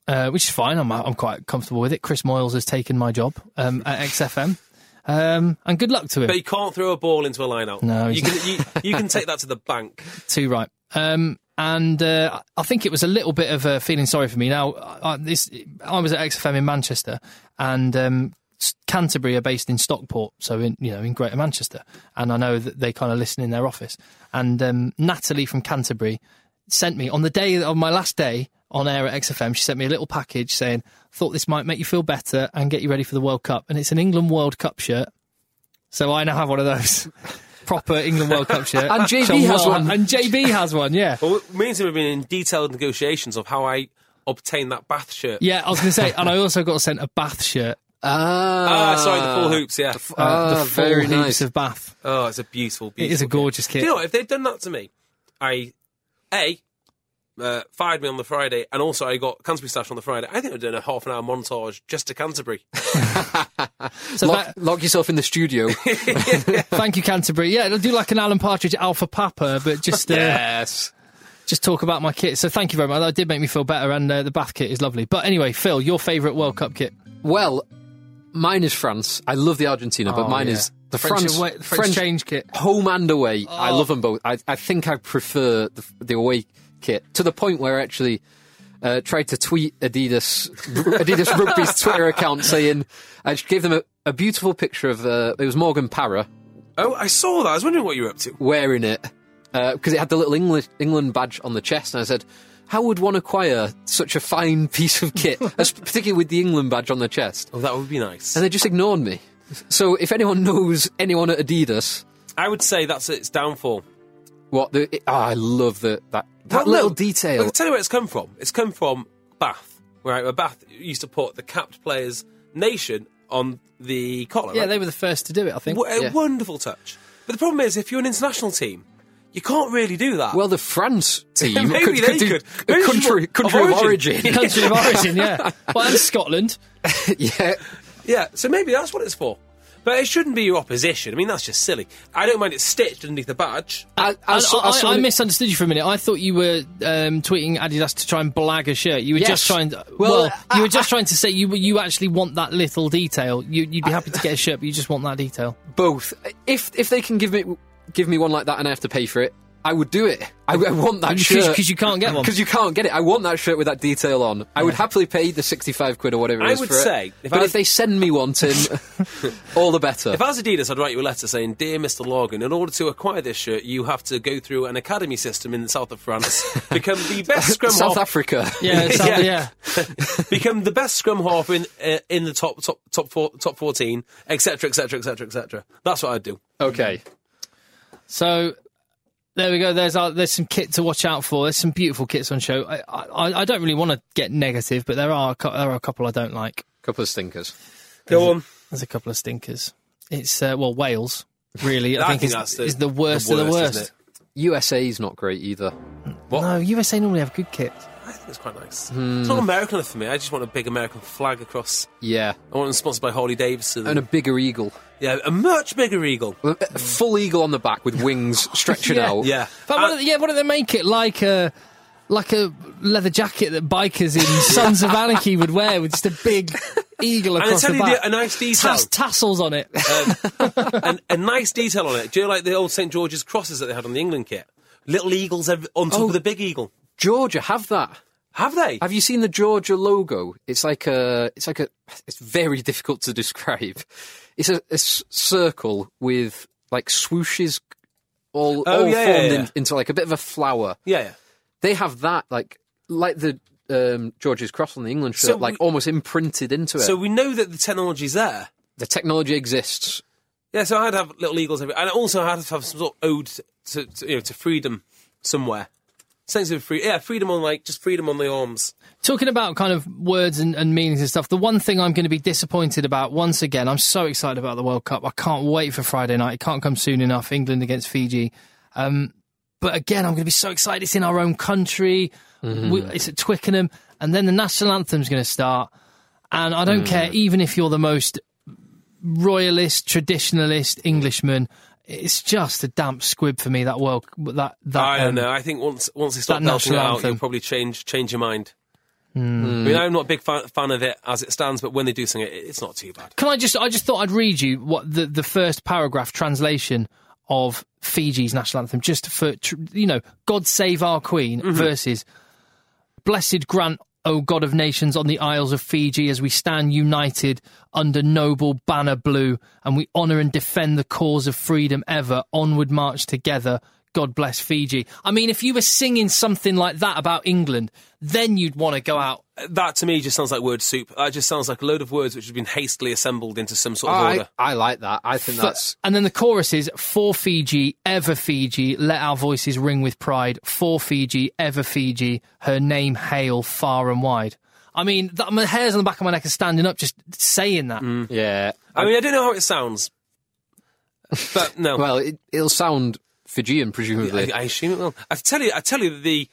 Speaker 1: Uh, which is fine. I'm I'm quite comfortable with it. Chris Moyles has taken my job um, at XFM, um, and good luck to him.
Speaker 2: But you can't throw a ball into a line out.
Speaker 1: No,
Speaker 2: you
Speaker 1: he's-
Speaker 2: can you, you can take that to the bank.
Speaker 1: Too right. Um, and uh, I think it was a little bit of a feeling sorry for me. Now, I, I- this I was at XFM in Manchester, and um, S- Canterbury are based in Stockport, so in you know in Greater Manchester, and I know that they kind of listen in their office. And um, Natalie from Canterbury sent me on the day of my last day on air at XFM. She sent me a little package saying, "Thought this might make you feel better and get you ready for the World Cup." And it's an England World Cup shirt, so I now have one of those. [LAUGHS] Proper England World Cup shirt.
Speaker 4: And JB
Speaker 1: Which I'm
Speaker 4: has one.
Speaker 1: And JB has one, yeah.
Speaker 2: Well, me and Tim have been in detailed negotiations of how I obtained that bath shirt.
Speaker 1: Yeah, I was going to say, and I also got sent a bath shirt.
Speaker 4: Ah,
Speaker 2: Ah, sorry, the full hoops. Yeah.
Speaker 1: Uh,
Speaker 4: Ah,
Speaker 1: the full
Speaker 4: very
Speaker 1: hoops
Speaker 4: nice.
Speaker 1: of bath.
Speaker 2: Oh, it's a beautiful, beautiful.
Speaker 1: It is a
Speaker 2: kit.
Speaker 1: gorgeous
Speaker 2: Do
Speaker 1: kit.
Speaker 2: you know what? If they'd done that to me, I a uh, fired me on the Friday, and also I got Canterbury stash on the Friday. I think I'd done a half an hour montage just to Canterbury.
Speaker 1: So
Speaker 4: lock,
Speaker 1: that-
Speaker 4: lock yourself in
Speaker 2: [LAUGHS]
Speaker 4: the studio.
Speaker 1: thank you, Canterbury. Yeah, it'll do like an Alan Partridge Alpha Papa, but just uh,
Speaker 4: yes.
Speaker 1: just talk about my kit. So thank you very much. That did make me feel better, and uh, the bath kit is lovely. But anyway, Phil, your favourite World Cup kit?
Speaker 4: Well, mine is France. I love the Argentina, but
Speaker 1: Oh,
Speaker 4: mine
Speaker 1: yeah.
Speaker 4: is the
Speaker 1: French
Speaker 4: France,
Speaker 1: away- French change kit.
Speaker 4: home and away. I love them both. I, I think I prefer the, the away kit to the point where I actually uh, tried to tweet Adidas [LAUGHS] Adidas Rugby's Twitter account saying I just gave them a, a beautiful picture of uh, it was Morgan Parra
Speaker 2: Oh, I saw that. I was wondering what you were up to.
Speaker 4: wearing it because it had the little England England badge on the chest, and I said. How would one acquire such a fine [LAUGHS] piece of kit, as- particularly with the England badge on the chest?
Speaker 2: Oh, that would be nice.
Speaker 4: and they just ignored me. So if anyone knows anyone at Adidas,
Speaker 2: I would say that's its downfall.
Speaker 4: what the it- ah, I love the, that that
Speaker 2: Well,
Speaker 4: little
Speaker 2: no.
Speaker 4: detail.
Speaker 2: I'll tell you where it's come from. It's come from Bath, right? Where Bath used to put the capped players' nation on the collar.
Speaker 1: Yeah,
Speaker 2: right?
Speaker 1: they were the first to do it, I think.
Speaker 2: W- a
Speaker 4: yeah.
Speaker 2: wonderful touch. But the problem is, if you're an international team, you can't really do that.
Speaker 4: well, the
Speaker 1: [LAUGHS]
Speaker 4: France team
Speaker 2: Maybe
Speaker 4: could,
Speaker 2: they
Speaker 4: could do
Speaker 2: could.
Speaker 4: a
Speaker 2: Maybe
Speaker 4: country
Speaker 2: of
Speaker 4: country of origin.
Speaker 1: [LAUGHS]
Speaker 2: origin.
Speaker 1: Country
Speaker 4: [LAUGHS]
Speaker 1: of origin, yeah. Well, and Scotland.
Speaker 4: yeah,
Speaker 2: yeah, so maybe that's what it's for. But But it shouldn't be your opposition. I mean, that's just silly. I don't mind it stitched underneath the badge.
Speaker 4: I,
Speaker 1: I,
Speaker 4: I saw- I saw
Speaker 1: I- I
Speaker 4: an-
Speaker 1: misunderstood you for a minute. I thought you were um, tweeting Adidas to try and blag a shirt. You were
Speaker 4: Yes.
Speaker 1: just trying. To, well,
Speaker 4: Well,
Speaker 1: you were
Speaker 4: I-
Speaker 1: just
Speaker 4: I-
Speaker 1: trying to say you you actually want that little detail. You, you'd be happy to get a shirt, but you just want that detail.
Speaker 4: both. If if they can give me give me one like that and I have to pay for it, I would do it. I, I want that
Speaker 1: Because-
Speaker 4: shirt
Speaker 1: 'cause you can't get one.
Speaker 4: Because you can't get it. I want that shirt with that detail on. I would happily pay the sixty-five quid or whatever. it
Speaker 2: I
Speaker 4: is
Speaker 2: would
Speaker 4: for it.
Speaker 2: say, if
Speaker 4: but
Speaker 2: I-
Speaker 4: if they send me one,
Speaker 1: [LAUGHS]
Speaker 4: Tim, all the better.
Speaker 2: If I was Adidas, I'd write you a letter saying, Dear Mr. Logan, in order to acquire this shirt, you have to go through an academy system in the south
Speaker 1: [LAUGHS]
Speaker 2: of France, become the best scrum
Speaker 4: South
Speaker 2: half
Speaker 4: Africa.
Speaker 1: Yeah,
Speaker 4: [LAUGHS]
Speaker 1: it's- uh, yeah.
Speaker 2: [LAUGHS] become the best scrum half in uh, in the top top top four, top fourteen, etc. etc. etc. etc. That's what I'd do.
Speaker 4: Okay.
Speaker 1: So there we go. There's our, there's some kit to watch out for. There's some beautiful kits on show. I I, I don't really want to get negative, but there are a cou- there are a couple I don't like.
Speaker 4: Couple of stinkers.
Speaker 2: Go on.
Speaker 1: There's a couple of stinkers. It's uh, well Wales. Really, I,
Speaker 2: I
Speaker 1: think,
Speaker 2: think
Speaker 1: is,
Speaker 2: that's the-
Speaker 1: is the worst,
Speaker 2: the
Speaker 1: of the
Speaker 2: worst,
Speaker 1: worst.
Speaker 2: isn't it?
Speaker 4: USA's not great either.
Speaker 1: No, USA normally have good kits.
Speaker 2: I think it's quite nice. It's
Speaker 1: Hmm.
Speaker 2: not American enough for me. I just want a big American flag across.
Speaker 4: Yeah.
Speaker 2: I want them sponsored by Harley Davidson.
Speaker 4: And a bigger eagle.
Speaker 2: yeah, a much bigger eagle.
Speaker 4: A full eagle on the back with
Speaker 2: [LAUGHS]
Speaker 4: wings stretching
Speaker 1: Yeah.
Speaker 4: out.
Speaker 2: Yeah. Uh,
Speaker 1: But why don't, yeah, why don't they make it like a like a leather jacket that bikers
Speaker 2: [LAUGHS]
Speaker 1: in Sons of Anarchy would wear with just a big eagle
Speaker 2: And I
Speaker 1: across
Speaker 2: tell
Speaker 1: the
Speaker 2: you
Speaker 1: back,
Speaker 2: the- a nice detail.
Speaker 1: Tas- tassels on it. [LAUGHS]
Speaker 2: Uh, [LAUGHS] um, and a nice detail on it. Do you know, like the old St George's crosses that they had on the England kit? Little eagles ev- on top of the big eagle.
Speaker 4: Georgia, have that.
Speaker 2: Have they?
Speaker 4: Oh. Have you seen the Georgia logo? It's like a, it's like a, it's very [LAUGHS] difficult to describe. It's a, a s- circle with like swooshes, all,
Speaker 2: Oh,
Speaker 4: all
Speaker 2: yeah, yeah,
Speaker 4: formed
Speaker 2: yeah.
Speaker 4: In, into like a bit of a flower.
Speaker 2: yeah, yeah.
Speaker 4: They have that, like, like the um, George's cross on the England shirt,
Speaker 2: So
Speaker 4: like
Speaker 2: we-
Speaker 4: almost imprinted into it.
Speaker 2: So we know that the technology's there.
Speaker 4: the technology exists.
Speaker 2: Yeah, so I'd have little eagles, every, and also I'd have to have some sort of ode to, to you know to freedom somewhere. Sense of free, yeah, freedom on like just freedom on the arms.
Speaker 1: Talking about kind of words and, and meanings and stuff, the one thing I'm going to be disappointed about once again, I'm so excited about the World Cup. I can't wait for Friday night. It can't come soon enough. England against Fiji. Um, but again, I'm going to be so excited. It's in our own country.
Speaker 2: Mm-hmm.
Speaker 1: We, it's at Twickenham. And then the national anthem's going to start. And I
Speaker 2: Mm.
Speaker 1: don't care, even if you're the most royalist, traditionalist Englishman, it's just a damp squib for me, that World that that
Speaker 2: I don't
Speaker 1: um,
Speaker 2: know. I think once once they stop
Speaker 1: that
Speaker 2: belting it
Speaker 1: national
Speaker 2: out,
Speaker 1: anthem.
Speaker 2: you'll probably change change your mind. I mean, I'm not a big fan, fan of it as it stands, but when they do sing it, it's not too bad.
Speaker 1: Can I just? I just thought I'd read you what the the first paragraph translation of Fiji's national anthem, just for tr- you know, God save our Queen versus Blessed grant, O God of nations, on the isles of Fiji, as we stand united under noble banner blue, and we honour and defend the cause of freedom ever. Onward march together. God bless Fiji. I mean, if you were singing something like that about England, then you'd want to go out.
Speaker 2: That to me just sounds like word soup. That just sounds like a load of words which have been hastily assembled into some sort of
Speaker 4: I,
Speaker 2: order.
Speaker 4: I like that. I think that's
Speaker 1: And then the chorus is For Fiji, ever Fiji, let our voices ring with pride. For Fiji, ever Fiji, her name hail far and wide. I mean, that, my hairs on the back of my neck are standing up just saying that.
Speaker 2: Mm.
Speaker 4: yeah.
Speaker 2: I mean, I don't know how it sounds, but no.
Speaker 4: [LAUGHS] Well, it, it'll sound Fijian,
Speaker 2: I,
Speaker 4: presumably.
Speaker 2: I assume it will. I tell you, I tell you, that the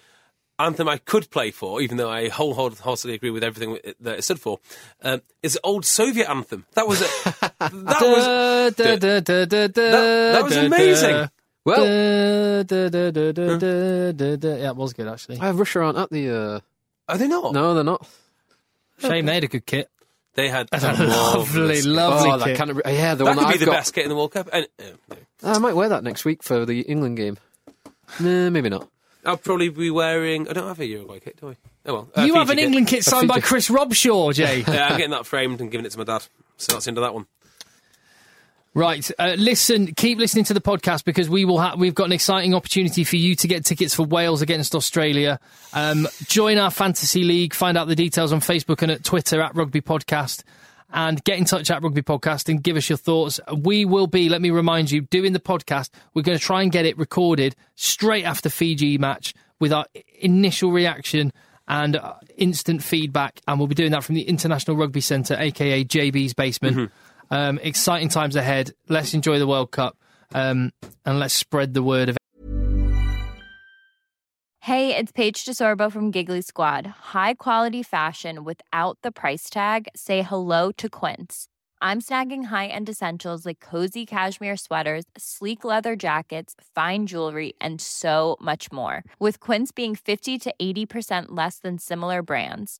Speaker 2: anthem I could play for, even though I wholeheartedly agree with everything it- that it stood for, um, is the old Soviet anthem. That was a, that was
Speaker 1: Da, da, da, da, da,
Speaker 2: That- that was
Speaker 1: da, da.
Speaker 2: amazing.
Speaker 4: well,
Speaker 1: Da, da, da, da, da, da, da, da. Yeah, it was good actually.
Speaker 4: Uh, Russia aren't at the. Uh,
Speaker 2: are they not?
Speaker 4: no, they're not.
Speaker 1: Shame they had a good kit.
Speaker 2: They had a
Speaker 1: [LAUGHS] Lovely,
Speaker 2: marvellous-
Speaker 1: lovely
Speaker 4: oh, that
Speaker 1: kit.
Speaker 4: kind of, yeah, the
Speaker 2: That
Speaker 4: one
Speaker 2: could
Speaker 4: that
Speaker 2: be
Speaker 4: I've
Speaker 2: the
Speaker 4: got.
Speaker 2: best kit in the World Cup. And, uh, no.
Speaker 4: I might wear that next week for the England game. Nah, maybe not.
Speaker 2: I'll probably be wearing. I don't have a Uruguay kit, do I? Oh well. a
Speaker 1: you have
Speaker 2: Fiji
Speaker 1: an
Speaker 2: kit.
Speaker 1: England kit signed by
Speaker 4: Fiji-
Speaker 1: Chris Robshaw,
Speaker 2: [LAUGHS]
Speaker 1: Jay.
Speaker 2: Yeah, I'm getting that framed and giving it to my dad. So that's the end of that one.
Speaker 1: Right, uh, listen, keep listening to the podcast because we will ha- we've got an exciting opportunity for you to get tickets for Wales against Australia. Um, join our fantasy league. Find out the details on Facebook and at Twitter at Rugby Podcast, and get in touch at Rugby Podcast and give us your thoughts. We will be, let me remind you, doing the podcast. We're going to try and get it recorded straight after Fiji match with our i- initial reaction and uh, instant feedback, and we'll be doing that from the International Rugby Centre, aka JB's basement. Um, exciting times ahead. Let's enjoy the World Cup um, and let's spread the word of
Speaker 6: Hey, it's Paige DeSorbo from Giggly Squad. High quality fashion without the price tag. Say hello to Quince.
Speaker 7: I'm snagging high end essentials like cozy cashmere sweaters, sleek leather jackets, fine jewelry, and so much more. With Quince being 50 to 80% less than similar brands.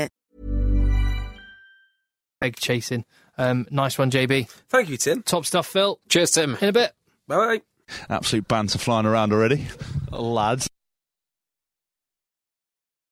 Speaker 1: Egg chasing. Um, nice one, JB.
Speaker 2: Thank you, Tim.
Speaker 1: Top stuff, Phil.
Speaker 4: Cheers, Tim.
Speaker 1: In a bit.
Speaker 2: Bye.
Speaker 3: Absolute banter flying around already, lads.